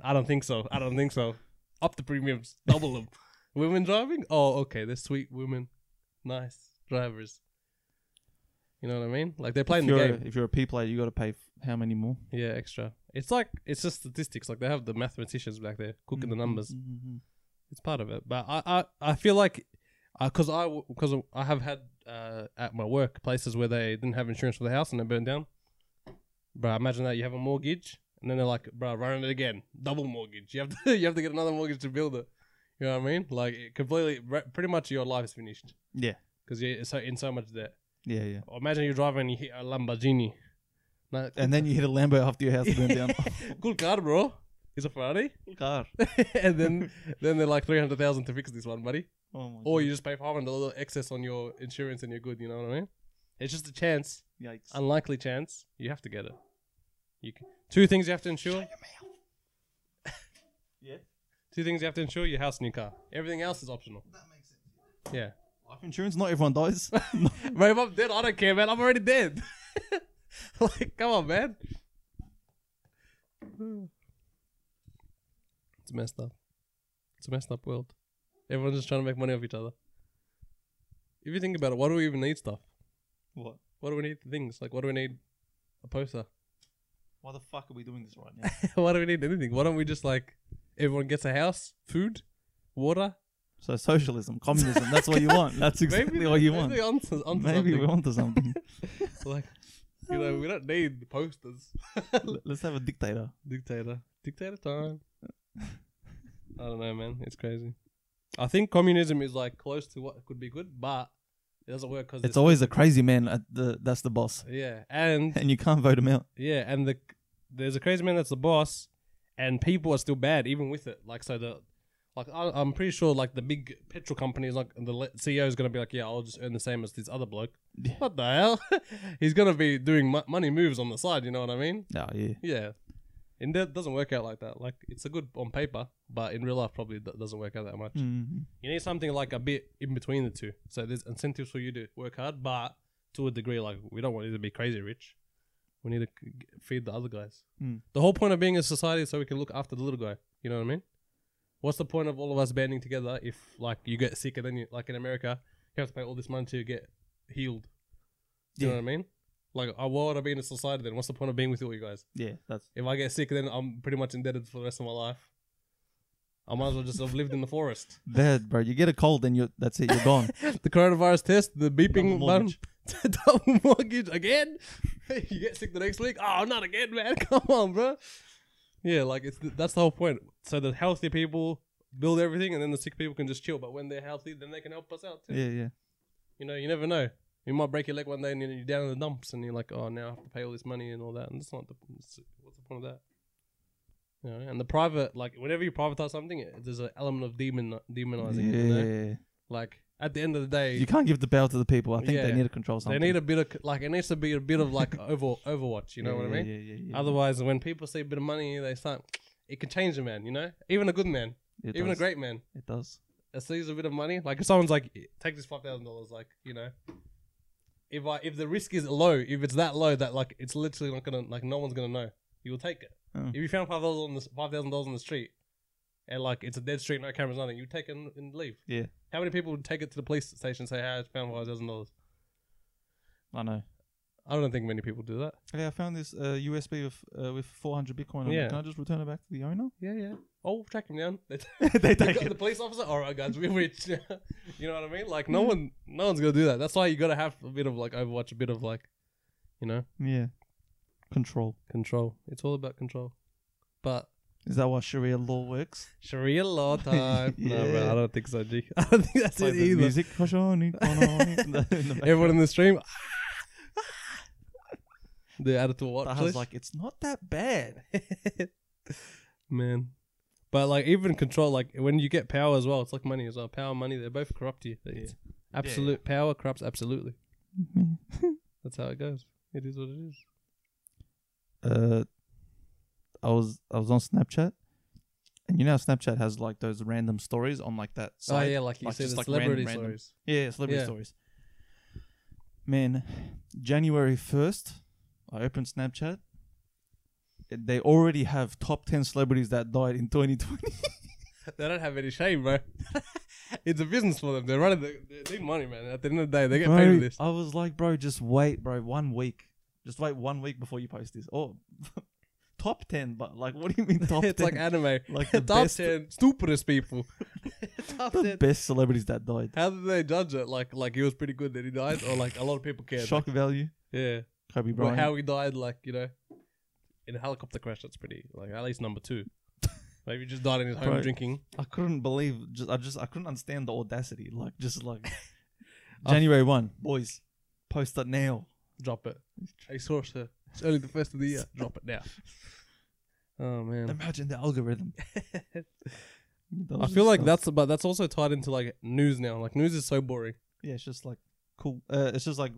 A: I don't think so. I don't think so. Up the premiums, double them. women driving. Oh, okay, they're sweet women, nice drivers. You know what I mean? Like they're playing
B: if
A: the
B: you're, a-
A: game.
B: if you're a P player, you got to pay f- how many more?
A: Yeah, extra. It's like it's just statistics. Like they have the mathematicians back there cooking the numbers.
B: Mm-hmm.
A: It's part of it. But I I, I feel like because I because I have had uh, at my work places where they didn't have insurance for the house and it burned down. Bro, imagine that you have a mortgage and then they're like, bro, run it again, double mortgage. You have to you have to get another mortgage to build it. You know what I mean? Like it completely, re- pretty much your life is finished
B: mm-hmm. Yeah,
A: because you're so in so much debt.
B: yeah, yeah.
A: Imagine you're driving and you hit a Lamborghini. No,
B: And then you hit a Lambo after your house burned down.
A: cool car, bro. It's a Ferrari.
B: Car.
A: and then then they're like three hundred thousand to fix this one, buddy.
B: Oh my
A: Or you just pay five hundred little excess on your insurance and you're good. You know what I mean? It's just a chance,
B: Yikes.
A: unlikely chance. You have to get it. You c two things you have to insure.
B: Yeah.
A: Two things you have to insure: your house and your car. Everything else is optional.
B: That makes sense.
A: Yeah.
B: Life insurance. Not everyone dies. No.
A: Bro, if I'm dead, I don't care, man. I'm already dead. like, come on, man. It's messed up. It's a messed up world. Everyone's just trying to make money off each other. If you think about it, why do we even need stuff?
B: what?
A: Why do we need things? Like, why do we need a poster?
B: Why the fuck are we doing this right now?
A: why do we need anything? Why don't we just, like, everyone gets a house, food, water?
B: so socialism, communism. That's what you want. That's exactly what you want.
A: Maybe, onto, onto
B: Maybe
A: something.
B: we're onto something.
A: like, you know, we don't need posters.
B: L- Let's have a dictator.
A: Dictator. Dictator time. I don't know, man. It's crazy. I think communism is like close to what could be good, but it doesn't work because
B: It's always a crazy man. At the that's the boss,
A: yeah, and
B: and you can't vote him out.
A: yeah, and the there's a crazy man that's the boss, and people are still bad even with it. Like so the like I, I'm pretty sure like the big petrol companies like the le- CEO is gonna be like yeah I'll just earn the same as this other bloke.
B: Yeah.
A: What the hell? He's gonna be doing mo- money moves on the side. You know what I mean?
B: No, yeah.
A: Yeah. And that doesn't work out like that. Like it's a good on paper, but in real life probably that doesn't work out that much.
B: Mm-hmm.
A: You need something like a bit in between the two. So there's incentives for you to work hard, but to a degree, like we don't want you to be crazy rich. We need to c- g- feed the other guys.
B: Mm.
A: The whole point of being a society is so we can look after the little guy. You know what I mean? What's the point of all of us banding together if like you get sick and then you like in America you have to pay all this money to get healed? Do you
B: Yeah.
A: know what I mean? Like, uh, why would I be in a society then? What's the point of being with all you guys?
B: Yeah, that's
A: If I get sick, then I'm pretty much indebted for the rest of my life. I might as well just have lived in the forest.
B: bad, bro. You get a cold, and you that's it. You're gone.
A: The coronavirus test, the beeping
B: Double
A: button,
B: mortgage.
A: double mortgage again. you get sick the next week. Oh, not again, man. Come on, bro. Yeah, like it's that's the whole point. So the healthy people build everything, and then the sick people can just chill. But when they're healthy, then they can help us out too.
B: yeah, yeah.
A: You know, you never know. You might break your leg one day, and you're down in the dumps, and you're like, oh, now I have to pay all this money and all that. And that's not the it's- what's the point of that. You know, and the private, like, whenever you privatize something, it, there's an element of demon demonizing. it, You know?
B: Yeah.
A: Like at the end of the day,
B: You can't give the power to the people. I think
A: Yeah.
B: they need to control something.
A: They need a bit of like it needs to be a bit of like over Overwatch. You know what I mean?
B: Yeah, yeah, yeah. yeah.
A: Otherwise, when people see a bit of money, they start. It can change a man. You know, even a good man,
B: It
A: even
B: does.
A: a great man,
B: It does.
A: that sees a bit of money. Like if someone's like, take this five thousand dollars, like you know. If I if the risk is low, if it's that low that like it's literally not gonna like no one's gonna know, you will take it.
B: Mm.
A: If you found five dollars on the five thousand dollars on the street, and like it's a dead street, no cameras, nothing, you take it and, and leave.
B: Yeah.
A: How many people would take it to the police station and say, "Hey, I found five thousand dollars"?
B: I know.
A: I don't think many people do that.
B: Hey, I found this uh, USB with uh, with 400 Bitcoin. On
A: Yeah.
B: it. Can I just return it back to the owner?
A: Yeah, yeah. Oh, track him down. They the,
B: they take
A: gu- the
B: it.
A: police officer. All right, guys, we're rich. you know what I mean? Like
B: Hmm.
A: no one, no one's gonna do that. That's why you gotta have a bit of like Overwatch, a bit of like, you know,
B: Yeah. Control.
A: control. It's all about control. But
B: Is that why Sharia law works?
A: Sharia law time. No, bro,
B: Yeah.
A: I don't think so, G. I don't think that's
B: Play
A: it
B: the
A: either.
B: music. Koshoni, Koshoni, in the- in the back.
A: Everyone in the stream. they added to a watch
B: Taha's
A: list.
B: like, it's not that bad.
A: Man. But like even control, like when you get power as well, it's like money as well. Power, and money, they both corrupt you. It's Absolute power corrupts absolutely. That's how it goes. It is what it is.
B: uh, I was I was on Snapchat, and you know how Snapchat has like those random stories on like
A: oh
B: that side.
A: yeah, like you
B: like,
A: see
B: just
A: the
B: like
A: celebrity
B: random- random.
A: stories.
B: yeah, yeah, celebrity
A: Yeah.
B: stories. Man, January first, I opened Snapchat. It- They already have top ten celebrities that died in 2020.
A: They don't have any shame, bro. it's a business for them. They're running. The, they need money, man. At the end of the day, they get paid
B: Bro,
A: for this.
B: I was like, bro, just wait, bro, one week. Just wait one week before you post this. Oh, top ten, but like, what do you mean top
A: it's
B: ten?
A: like anime.
B: Like the
A: top
B: best-
A: ten stupidest people. top
B: the
A: 10.
B: best celebrities that died.
A: How did they judge it? Like, like he was pretty good that he died, or like a lot of people cared.
B: Shock value.
A: Yeah.
B: Kobe
A: Well,
B: Bryant.
A: how he died, like you know, in a helicopter crash. That's pretty. Like at least number two. Maybe he just died in his home
B: Bro.
A: drinking.
B: I couldn't believe. Just, I just I couldn't understand the audacity. Like just like January one, boys, post that now.
A: Drop it. Hey, source her. uh, It's only the first of the year. Drop it now. Oh man.
B: Imagine the algorithm. That
A: I
B: was
A: feel
B: just
A: like that's but that's also tied into like news now. Like news is so boring.
B: yeah. It's just like cool. Uh, it's just like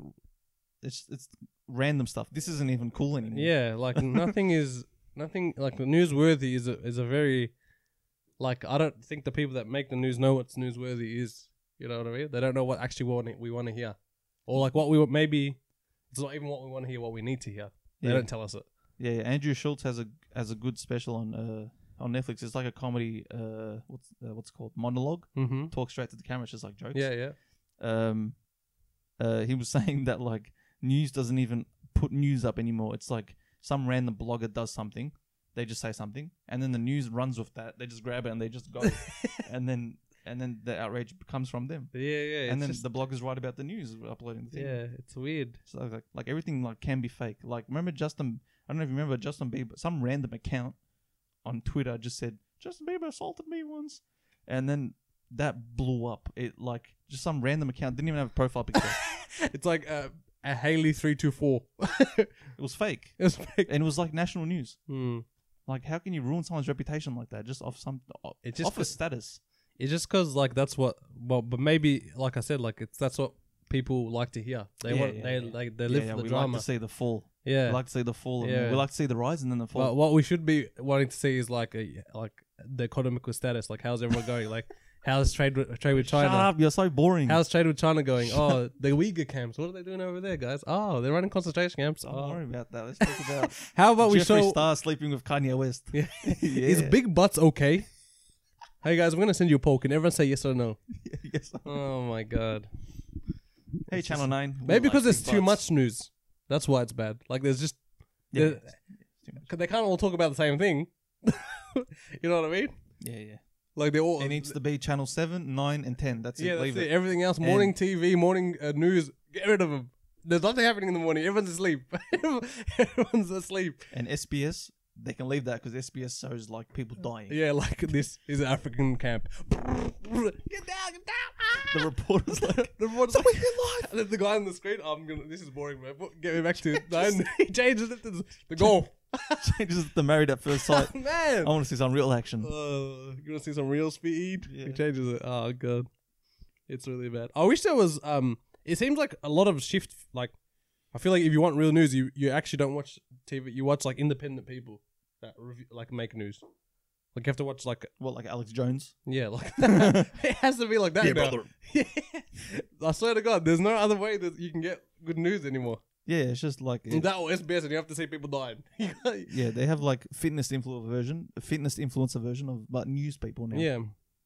B: it's it's random stuff. This isn't even cool anymore.
A: Yeah, like nothing is nothing like the newsworthy is a is a very like I don't think the people that make the news know what's newsworthy is. You know what I mean? They don't know what actually want it- we want to hear, or like what we want. Maybe it's not even what we want to hear. What we need to hear. They
B: Yeah.
A: don't tell us it.
B: yeah, yeah. Andrew Schultz has a has a good special on uh on Netflix. It's like a comedy. Uh, what's uh, what's it called monologue.
A: Mm-hmm.
B: Talk straight to the camera. It's just like jokes.
A: Yeah, yeah.
B: um, uh, he was saying that like news doesn't even put news up anymore. It's like some random blogger does something, they just say something, and then the news runs with that. They just grab it and they just go, and then and then the outrage comes from them.
A: Yeah, yeah.
B: and then
A: just,
B: the bloggers write about the news uploading the thing.
A: yeah, it's weird.
B: So like, like everything like can be fake. Like remember Justin? I don't know if you remember Justin Bieber. Some random account on Twitter just said Justin Bieber assaulted me once, and then that blew up. It like just some random account didn't even have a profile picture.
A: It's like uh, a Haley three two four.
B: it was fake,
A: It's fake.
B: and it was like national news.
A: Mm.
B: Like how can you ruin someone's reputation like that just off some o-
A: It just
B: off a status?
A: It's just because like that's what well, but maybe like I said, like it's that's what people like to hear. They
B: Yeah,
A: want
B: yeah,
A: they
B: yeah.
A: like they live
B: yeah, yeah,
A: for the
B: we
A: drama.
B: like to see the fall.
A: yeah.
B: We like to see the fall. and
A: Yeah.
B: We like to see the rise and then the fall.
A: but what we should be wanting to see is like a, like the economical status. Like how's everyone going? like how's trade with, trade with China?
B: Shut up! You're so boring.
A: How's trade with China going? Oh, the Uyghur camps. What are they doing over there, guys? Oh, they're running concentration camps.
B: Don't
A: Oh.
B: worry about that. Let's talk about
A: How about we
B: Jeffree
A: show?
B: Star sleeping with Kanye West.
A: Yeah. Is
B: Yeah.
A: big butts okay? hey guys, I'm gonna send you a poll. Can everyone say yes or no?
B: yes.
A: Oh my god.
B: Hey, Channel Nine. we
A: Maybe
B: like
A: because there's
B: big
A: too
B: butts.
A: much news. That's why it's bad. Like there's just
B: Yeah,
A: there- Cause they can't all talk about the same thing. you know what I mean?
B: yeah, yeah.
A: Like they all.
B: It needs to be Channel Seven, Nine, and Ten. That's
A: yeah,
B: it.
A: that's
B: Leave
A: it.
B: it.
A: Everything else, morning TV, morning uh, news, get rid of them. There's nothing happening in the morning. Everyone's asleep. Everyone's asleep.
B: And SBS, they can leave that because SBS shows like people dying.
A: Yeah, like this is an African camp. get down, get down. Ah!
B: The reporter's like,
A: The reporter's like, And then the guy on the screen, I'm gonna. This is boring, man. But Get me back to nine. he changes it to the- the goal. Oh,
B: changes the married at first sight.
A: man.
B: I want to see some real action.
A: Uh, you want to see some real speed?
B: Yeah.
A: It changes it. Oh god, it's really bad. I wish there was. Um, it seems like a lot of shift. Like, I feel like if you want real news, you you actually don't watch TV. You watch like independent people that review, like make news. Like you have to watch like
B: What, like Alex Jones?
A: yeah like it has to be like that. now. I swear to God, there's no other way that you can get good news anymore.
B: Yeah, it's just like it-
A: That or SBS, and you have to see people dying. yeah,
B: yeah, they have like fitness influencer version, a fitness influencer version of but news people now.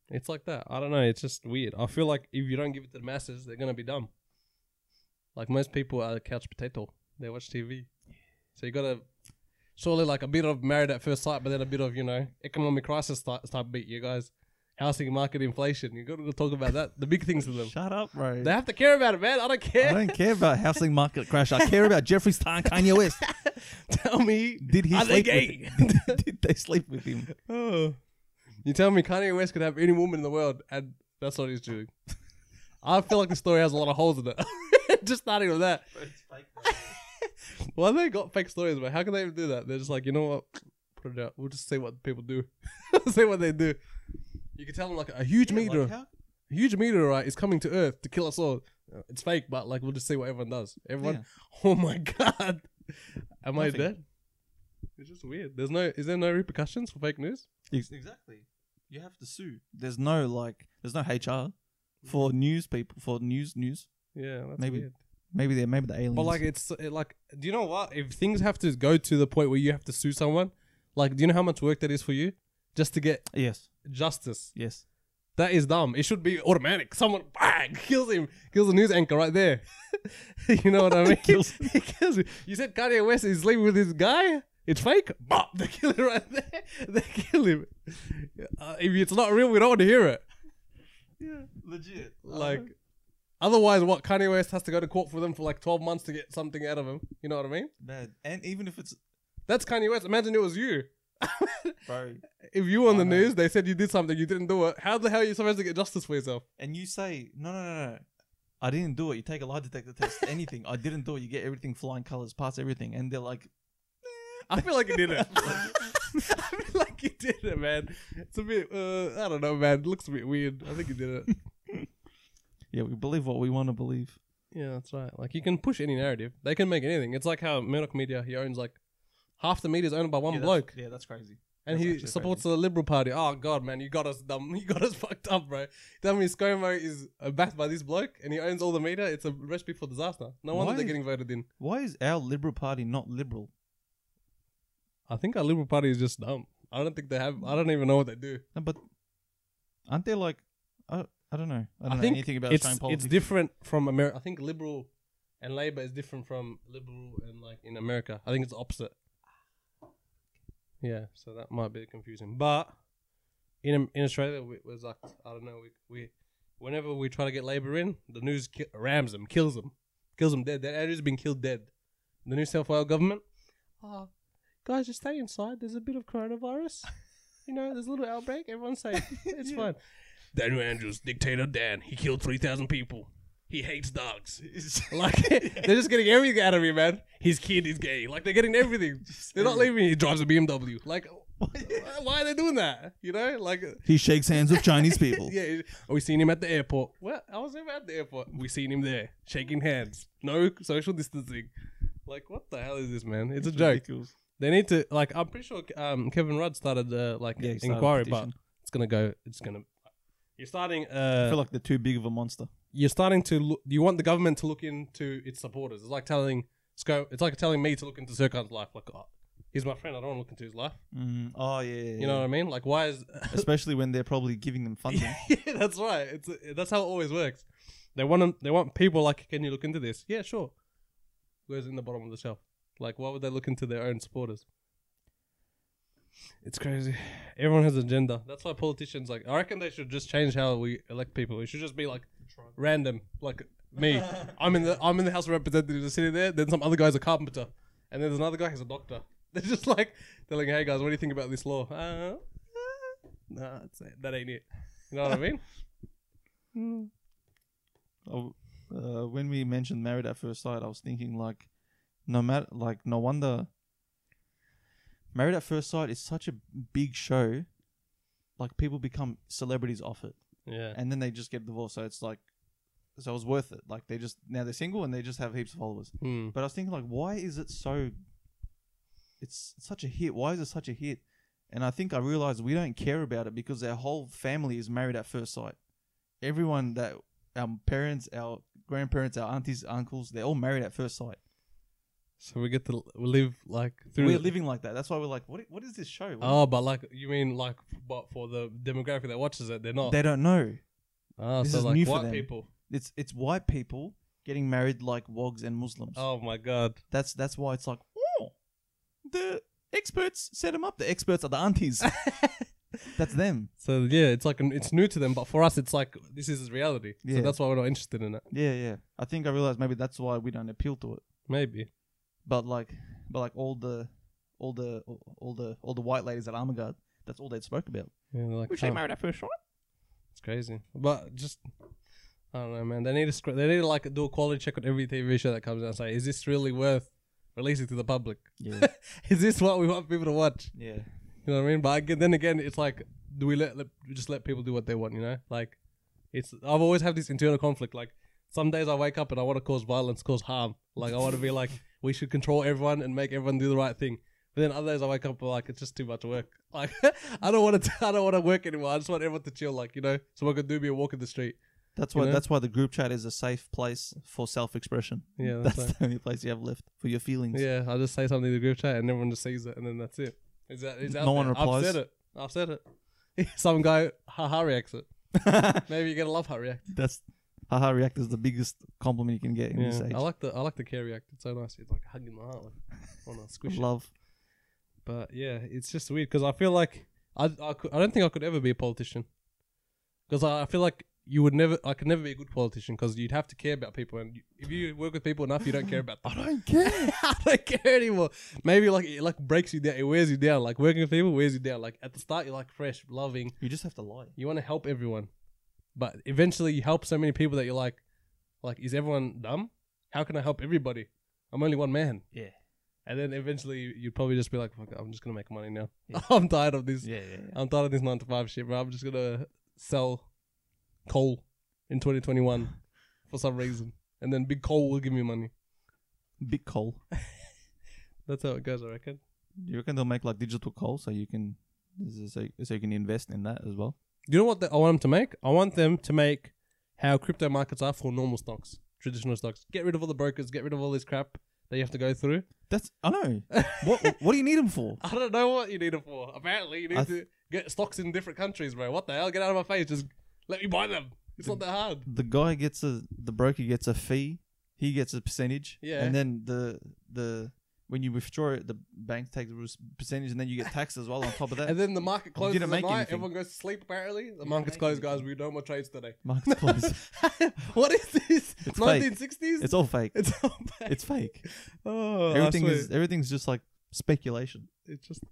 A: it's like that. I don't know. It's just weird. I feel like if you don't give it to the masses, they're gonna be dumb. Like most people are couch potato. They watch TV, so you gotta surely like a bit of married at first sight, but then a bit of you know economic crisis type, type beat. You guys, housing market inflation. You gotta talk about that. The big things to them.
B: Shut up, bro.
A: They have to care about it, man. I don't care.
B: I don't care about housing market crash. I care about Jeffree Star and Kanye West.
A: Tell me,
B: Did he
A: are they
B: sleep
A: gay?
B: with did, did they sleep with him?
A: Oh. You tell me Kanye West could have any woman in the world, and that's what he's doing. I feel like the story has a lot of holes in it. just starting with that. Why they got fake stories, but how can they even do that? They're just like, you know what? Put it out. We'll just see what people do. see what they do. You can tell them like a huge meteor, a huge meteorite is coming to Earth to kill us all. Uh, It's fake, but like we'll just see what everyone does. Everyone, oh my god, am I
B: Nothing.
A: dead? It's just weird. There's no, is there no repercussions for fake news?
B: Exactly. You have to sue. There's no like. There's no HR for news people for news news.
A: Yeah, that's
B: Maybe.
A: weird.
B: Maybe they maybe the aliens.
A: But like, it's it, like, do you know what? If things have to go to the point where you have to sue someone, like, do you know how much work that is for you just to get
B: yes,
A: justice?
B: yes.
A: That is dumb. It should be automatic. Someone bang kills him, kills the news anchor right there. you know what I mean?
B: Kills-
A: he kills him. You said Kanye West is sleeping with this guy. It's fake. Bop, they kill him right there. They kill him. Uh, if it's not real, we don't want to hear it.
B: Yeah, legit.
A: Like, otherwise, what Kanye West has to go to court for them for like twelve months to get something out of him. You know what I mean?
B: bad. And even if it's
A: That's Kanye West. Imagine it was you.
B: bro,
A: If you were on
B: I
A: the
B: know.
A: news, they said you did something, you didn't do it. How the hell are you supposed to get justice for yourself?
B: and you say no, no, no, no. I didn't do it. You take a lie detector test. Anything. I didn't do it. You get everything flying colors, pass everything, and they're like,
A: I feel like you did it. I feel like you did it, man. It's a bit, uh, I don't know, man. It looks a bit weird. I think you did it.
B: yeah, we believe what we want to believe.
A: yeah, that's right. Like, you can push any narrative. They can make anything. It's like how Murdoch Media, he owns like half the media is owned by one
B: yeah, that's-
A: bloke.
B: Yeah, that's crazy.
A: And
B: That's
A: he
B: actually
A: supports the Liberal Party. Oh god, man, you got us dumb. You got us fucked up, bro. Tell me, ScoMo is uh, backed by this bloke, and he owns all the media. It's a recipe for disaster. No wonder
B: Why
A: they're
B: is-
A: getting voted in.
B: Why is our Liberal Party not liberal?
A: I think our Liberal Party is just dumb. I don't think they have. I don't even know what they do.
B: No, but aren't they like, I, I don't know. I don't
A: I
B: know
A: think
B: anything about
A: It's
B: Australian
A: it's
B: politics.
A: different from America. I think Liberal and Labor is different from Liberal and like in America. I think it's the opposite. Yeah, so that might be confusing. But in in Australia, we, we're zucked. I don't know. We we whenever we try to get Labor in, the news ki- rams them, kills them, kills them dead. That area's been killed dead. The New South Wales government. Oh, guys, just stay inside. There's a bit of coronavirus. You know, there's a little outbreak. Everyone's safe. It's fine. Daniel Andrews, dictator Dan, he killed 3,000 people. He hates dogs. Like, they're just getting everything out of him, man. His kid is gay. Like, they're getting everything. They're not leaving. He drives a BMW. Like, why are they doing that? You know? Like,
B: He shakes hands with Chinese people.
A: yeah. oh, We seen him at the airport. Well, I was never at the airport. We seen him there, shaking hands. No social distancing. Like, what the hell is this, man? It's a joke. They need to, like, I'm pretty sure um, Kevin Rudd started, uh, like,
B: Yeah, he started a
A: inquiry, but
B: petition.
A: it's going to go, it's going to. You're starting.
B: I
A: Uh,
B: feel like they're too big of a monster.
A: you're starting to look, you want the government to look into its supporters. It's like telling Sco, it's like telling me to look into Serkan's life. Like, oh, he's my friend. I don't want to look into his life.
B: Mm, oh yeah, yeah,
A: You know what I mean? Like, why is?
B: especially when they're probably giving them funding.
A: yeah, that's right. It's that's how it always works. They want 'em- they want people like, can you look into this? Yeah, sure. Goes in the bottom of the shelf. Like, why would they look into their own supporters? It's crazy. Everyone has agenda. That's why politicians like. I reckon they should just change how we elect people. It should just be like random, like me. I'm in the I'm in the House of Representatives sitting there. Then some other guy's a carpenter, and then there's another guy who's a doctor. They're just like telling, "Hey guys, what do you think about this law?" Uh, nah, that's it. that ain't it. You know what I mean?
B: Oh, uh, when we mentioned married at first sight, I was thinking like, no matter like no wonder. Married at first sight is such a big show, like people become celebrities off it,
A: Yeah.
B: and then they just get divorced. So it's like, so it was worth it. Like they just now they're single and they just have heaps of followers.
A: Hmm.
B: But I was thinking like, why is it so? It's such a hit. Why is it such a hit? And I think I realized we don't care about it because our whole family is married at first sight. Everyone that our parents, our grandparents, our aunties, uncles, they're all married at first sight.
A: So we get to l- live like through.
B: We're living like that. That's why we're like, what? i- What is this show? What-
A: Oh, but like you mean like, but for the demographic that watches it, they're not.
B: They don't know.
A: ah,
B: this
A: so
B: is
A: like
B: new for
A: white
B: them.
A: people.
B: It's it's white people getting married like wogs and Muslims.
A: Oh my god.
B: That's that's why it's like, oh, the experts set them up. The experts are the aunties. that's them.
A: So yeah, it's like an, it's new to them, but for us, it's like this is reality.
B: Yeah.
A: So that's why we're not interested in it.
B: Yeah, yeah. I think I realized maybe that's why we don't appeal to it.
A: Maybe.
B: But like, but like all the, all the, all the, all the white ladies at Armageddon. That's all they spoke about.
A: Yeah, they're like,
B: Wish they
A: "Huh,
B: married at first shot.
A: it's crazy. But just I don't know, man. They need to scr- they need to like do a quality check on every TV show that comes out. and Say, is this really worth releasing to the public?
B: Yeah,
A: Is this what we want people to watch?
B: yeah,
A: You know what I mean? But aga- then again, it's like, do we let, let we just let people do what they want? You know, like it's I've always had this internal conflict. Like some days I wake up and I want to cause violence, cause harm. Like I want to be like we should control everyone and make everyone do the right thing. But then other days I wake up and like it's just too much work. Like I don't want to I don't want to work anymore. I just want everyone to chill. Like you know, smoke a doobie and walk in the street.
B: That's
A: You
B: why.
A: know?
B: That's why the group chat is a safe place for self-expression.
A: Yeah,
B: that's,
A: that's
B: the only place you have left for your feelings.
A: Yeah, I just say something to the group chat and everyone just sees it and then that's it. Is that is
B: No
A: that
B: one replies?
A: I've said it. I've said it. Some guy haha reacts it. Maybe you're gonna love how react.
B: that's haha. React is the biggest compliment you can get in this
A: Yeah,
B: age.
A: I like the I like the care react. It's so nice. It's like hugging my heart, like want to squish it.
B: Love.
A: But yeah, it's just weird because I feel like I I, could, I don't think I could ever be a politician because I, I feel like you would never I could never be a good politician because you'd have to care about people and you, if you work with people enough, you don't care about them.
B: don't care.
A: I don't care anymore. Maybe like it like breaks you down. It wears you down. Like working with people wears you down. Like at the start, you're like fresh, loving.
B: you just have to lie.
A: You want to help everyone, but eventually you help so many people that you're like, like is everyone dumb? How can I help everybody? I'm only one man.
B: Yeah.
A: And then eventually you'd probably just be like, Fuck, it, I'm just gonna make money now.
B: Yeah.
A: I'm tired of this.
B: Yeah, yeah, yeah.
A: I'm tired of this nine to five shit, bro. I'm just gonna sell coal in 2021 for some reason, and then big coal will give me money.
B: Big coal.
A: That's how it goes, I reckon.
B: You reckon they'll make like digital coal so you can so, so you can invest in that as well?
A: Do you know what the, I want them to make? I want them to make how crypto markets are for normal stocks, traditional stocks. Get rid of all the brokers, get rid of all this crap that you have to go through.
B: That's I know. what what do you need them for?
A: I don't know what you need it for. Apparently, you need
B: I
A: to get stocks in different countries, bro. What the hell? Get out of my face. Just let me buy them. It's not that hard.
B: The guy gets a the broker gets a fee, he gets a percentage,
A: Yeah.
B: and then the the when you withdraw it, the bank takes a percentage, and then you get taxed as well on top of that.
A: And then the market closes at
B: didn't
A: night.
B: make anything.
A: Everyone goes to sleep. Apparently, the
B: didn't
A: market's
B: make
A: closed,
B: anything.
A: guys. We no more trades today.
B: Market's closed.
A: what is this?
B: It's fake.
A: 1960s.
B: it's all fake.
A: It's all bad.
B: It's fake.
A: oh, I
B: Everything
A: swear.
B: is everything's just like speculation.
A: It's just.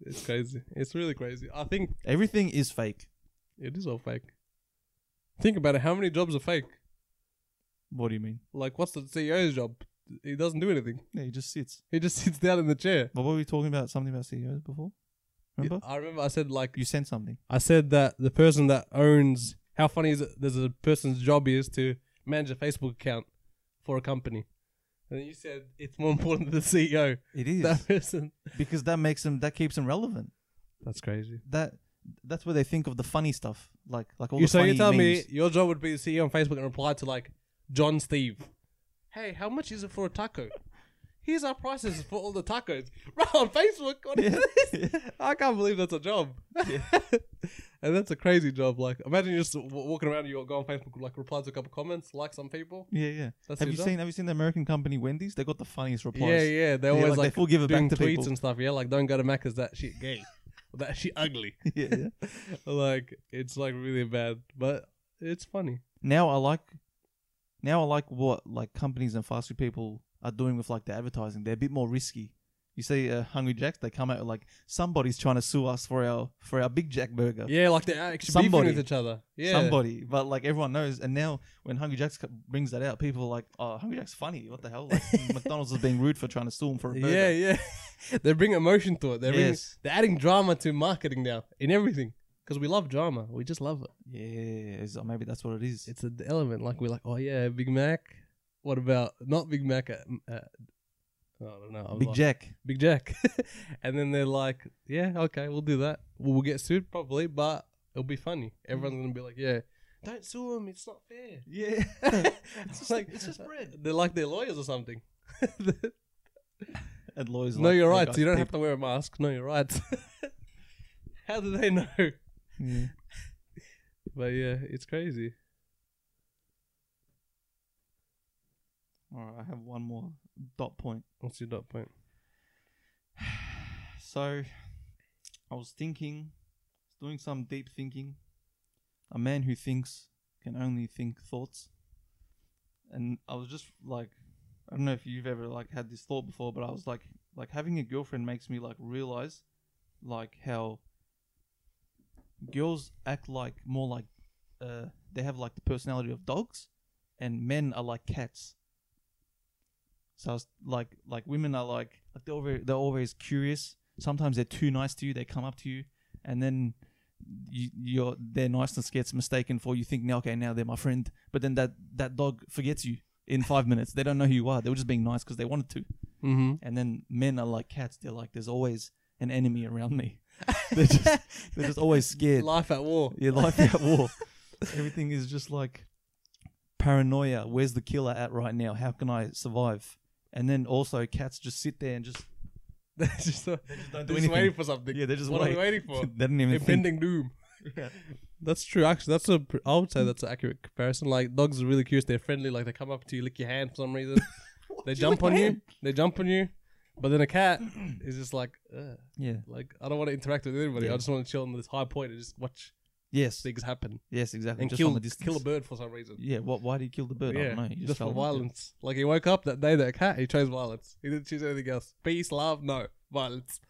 A: It's crazy. It's really crazy. I think
B: Everything is fake.
A: it is all fake. Think about it. How many jobs are fake?
B: What do you mean?
A: Like, what's the CEO's job? He doesn't do anything.
B: Yeah, he just sits.
A: He just sits down in the chair.
B: But what were we talking about? Something about CEOs before? Remember?
A: I remember I said like
B: You sent something.
A: I said that the person that owns how funny is it? There's a person's job is to manage a Facebook account for a company, and then you said it's more important than the CEO.
B: It is
A: That person.
B: because that makes them that keeps them relevant.
A: That's crazy.
B: That that's where they think of the funny stuff, like like all
A: You,
B: the
A: so
B: funny
A: you tell me
B: memes.
A: your job would be the CEO on Facebook and reply to like John Steve. Hey, how much is it for a taco? Here's our prices for all the tacos. Right on Facebook. What is this? I can't believe that's a job. and that's a crazy job. Like, imagine you're just w- walking around. You go on Facebook, like, reply to a couple comments, like some people.
B: Yeah, yeah.
A: That's
B: have
A: your
B: you
A: job.
B: seen Have you seen the American company Wendy's? They got the funniest replies.
A: Yeah, yeah. They
B: Yeah,
A: always
B: like,
A: like,
B: they full give it
A: doing
B: back to
A: tweets
B: people.
A: and stuff. Yeah, like don't go to Macca's. That shit gay. that shit ugly.
B: yeah, yeah.
A: like it's like really bad, but it's funny.
B: Now I like, now I like what like companies and fast food people are doing with like the advertising. They're a bit more risky. You see, uh, Hungry Jacks, they come out like somebody's trying to sue us for our for our Big Jack burger.
A: Yeah, like they're actually
B: Somebody.
A: beefing with each other. Yeah,
B: somebody. But like everyone knows, and now when Hungry Jack's co- brings that out, people are like, "Oh, Hungry Jack's funny. What the hell?" Like McDonald's is being rude for trying to sue him for a burger.
A: Yeah, yeah. they bring emotion to it. They're bringing-
B: Yes.
A: they're adding drama to marketing now in everything because we love drama. We just love it.
B: yeah. So maybe that's what it is.
A: It's an element. Like we're like, oh yeah, Big Mac. What about not Big Mac? At, at, I don't know. I'm
B: Big
A: lost.
B: Jack.
A: Big Jack. and then they're like, yeah, okay, we'll do that. We'll, we'll get sued probably, but it'll be funny. Everyone's going to be like, yeah, don't sue him. It's not fair.
B: Yeah.
A: it's,
B: just- it's just bread.
A: They're like their lawyers or something.
B: Ed Loy's
A: No,
B: like,
A: you're
B: "Look,
A: right.
B: I
A: You don't
B: think-
A: have to wear a mask. No, you're right. How do they know?
B: Yeah.
A: But yeah, it's crazy.
B: All right, I have one more dot point.
A: What's your dot point?
B: So, I was thinking, doing some deep thinking. A man who thinks can only think thoughts. And I was just like, I don't know if you've ever like had this thought before, but I was like, like having a girlfriend makes me like realize, like how girls act like more like, uh, they have like the personality of dogs, and men are like cats. So I was like, like women are like, like they're always, they're always curious. Sometimes they're too nice to you. They come up to you, and then you, your their niceness gets mistaken for you think now, okay, now they're my friend. But then that that dog forgets you in five minutes. They don't know who you are. They were just being nice because they wanted to.
A: Mm-hmm.
B: And then men are like cats. They're like, there's always an enemy around me. they're just they're just always scared.
A: Life at war.
B: Your life at war. Everything is just like paranoia. Where's the killer at right now? How can I survive? And then also cats just sit there and just
A: That's just, a,
B: don't
A: just waiting for something.
B: Yeah, they're just
A: what are we
B: wait.
A: waiting for?
B: they didn't even think.
A: Impending doom. That's true. Actually, that's a. pr- I would say that's an accurate comparison. Like dogs are really curious. They're friendly. Like they come up to you, lick your hand for some reason. they jump on you. They jump on you. But then a cat is just like, Ugh.
B: Yeah.
A: like I don't want to interact with anybody.
B: Yeah.
A: I just want to chill on this high point and just watch
B: Yes.
A: things happen
B: Yes. Exactly.
A: and
B: just
A: kill
B: from a distance.
A: kill a bird for some reason.
B: Yeah. What? Why do you kill the bird? I
A: yeah,
B: don't know. You
A: just,
B: fell
A: for
B: in love with it.
A: violence. Like he woke up that day, that cat. He chose violence. He didn't choose anything else. Peace, love, no violence.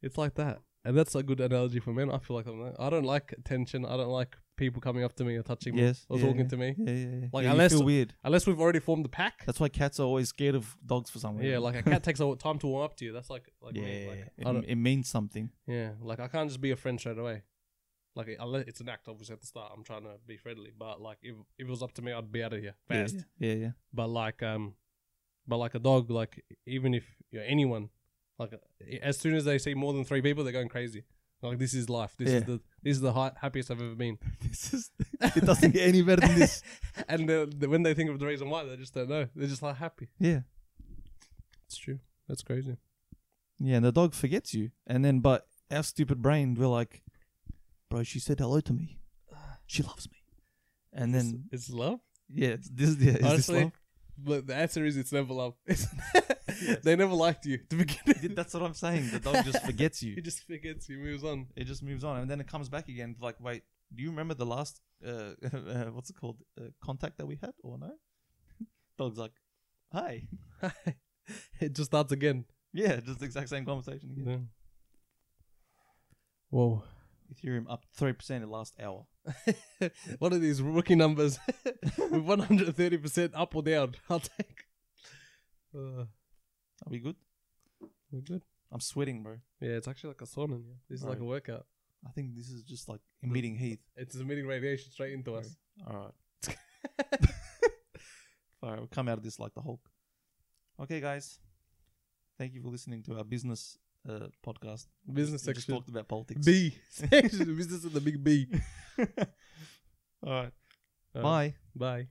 A: It's like that, and that's a good analogy for men. I feel like I'm. not- I don't like attention. I don't like people coming up to me or touching me
B: Yes.
A: or
B: yeah,
A: talking
B: yeah.
A: to me.
B: Yeah. Yeah. yeah.
A: Like,
B: yeah, you
A: unless-
B: feel weird.
A: Unless we've already formed the pack.
B: That's why cats are always scared of dogs for some reason.
A: Yeah, like a cat takes a lot of time to warm up to you. That's like like
B: yeah.
A: me. Like,
B: it,
A: I don't,
B: it means something.
A: yeah, like I can't just be a friend straight away. Like unless it's an act, obviously at the start, I'm trying to be friendly. But like if, if it was up to me, I'd be out of here
B: Yeah,
A: fast.
B: Yeah. Yeah.
A: but like um but like a dog like even if you're anyone like as soon as they see more than three people they're going crazy like this is life this is
B: Yeah.
A: the this is the hi- happiest i've ever been
B: This is. It doesn't get any better than this.
A: and uh, the, when they think of the reason why they just don't know they're just like happy
B: Yeah.
A: it's true that's crazy
B: Yeah, and the dog forgets you. And then, but our stupid brain, we're like, bro, she said hello to me. She loves me. And then,
A: it's, it's love
B: yeah, it's- this, yeah, is this
A: honestly
B: love?
A: but the answer is it's never love It's- they never liked you to begin with
B: That's what I'm saying. The dog just forgets
A: he
B: you.
A: just forgets he moves on
B: It just moves on. And then it comes back again. Like, wait, do you remember the last, uh, uh what's it called, uh, contact that we had or no? Dog's like, hi.
A: it just starts again
B: Yeah, just the exact same conversation again.
A: yeah. whoa
B: Ethereum up 3% in the last hour.
A: What are these rookie numbers with 130% up or down. I'll take. Uh,
B: Are we good?
A: we're good.
B: I'm sweating, bro.
A: Yeah, it's actually like a sauna. Yeah. This is like a
B: Right.
A: workout.
B: I think this is just like emitting heat.
A: It's emitting radiation straight into us.
B: All right. All right, we'll come out of this like the Hulk. Okay, guys. Thank you for listening to our business uh, podcast.
A: Business
B: We just
A: section.
B: talked about politics.
A: B section. Business of the big B.
B: All right.
A: Uh,
B: Bye.
A: Bye.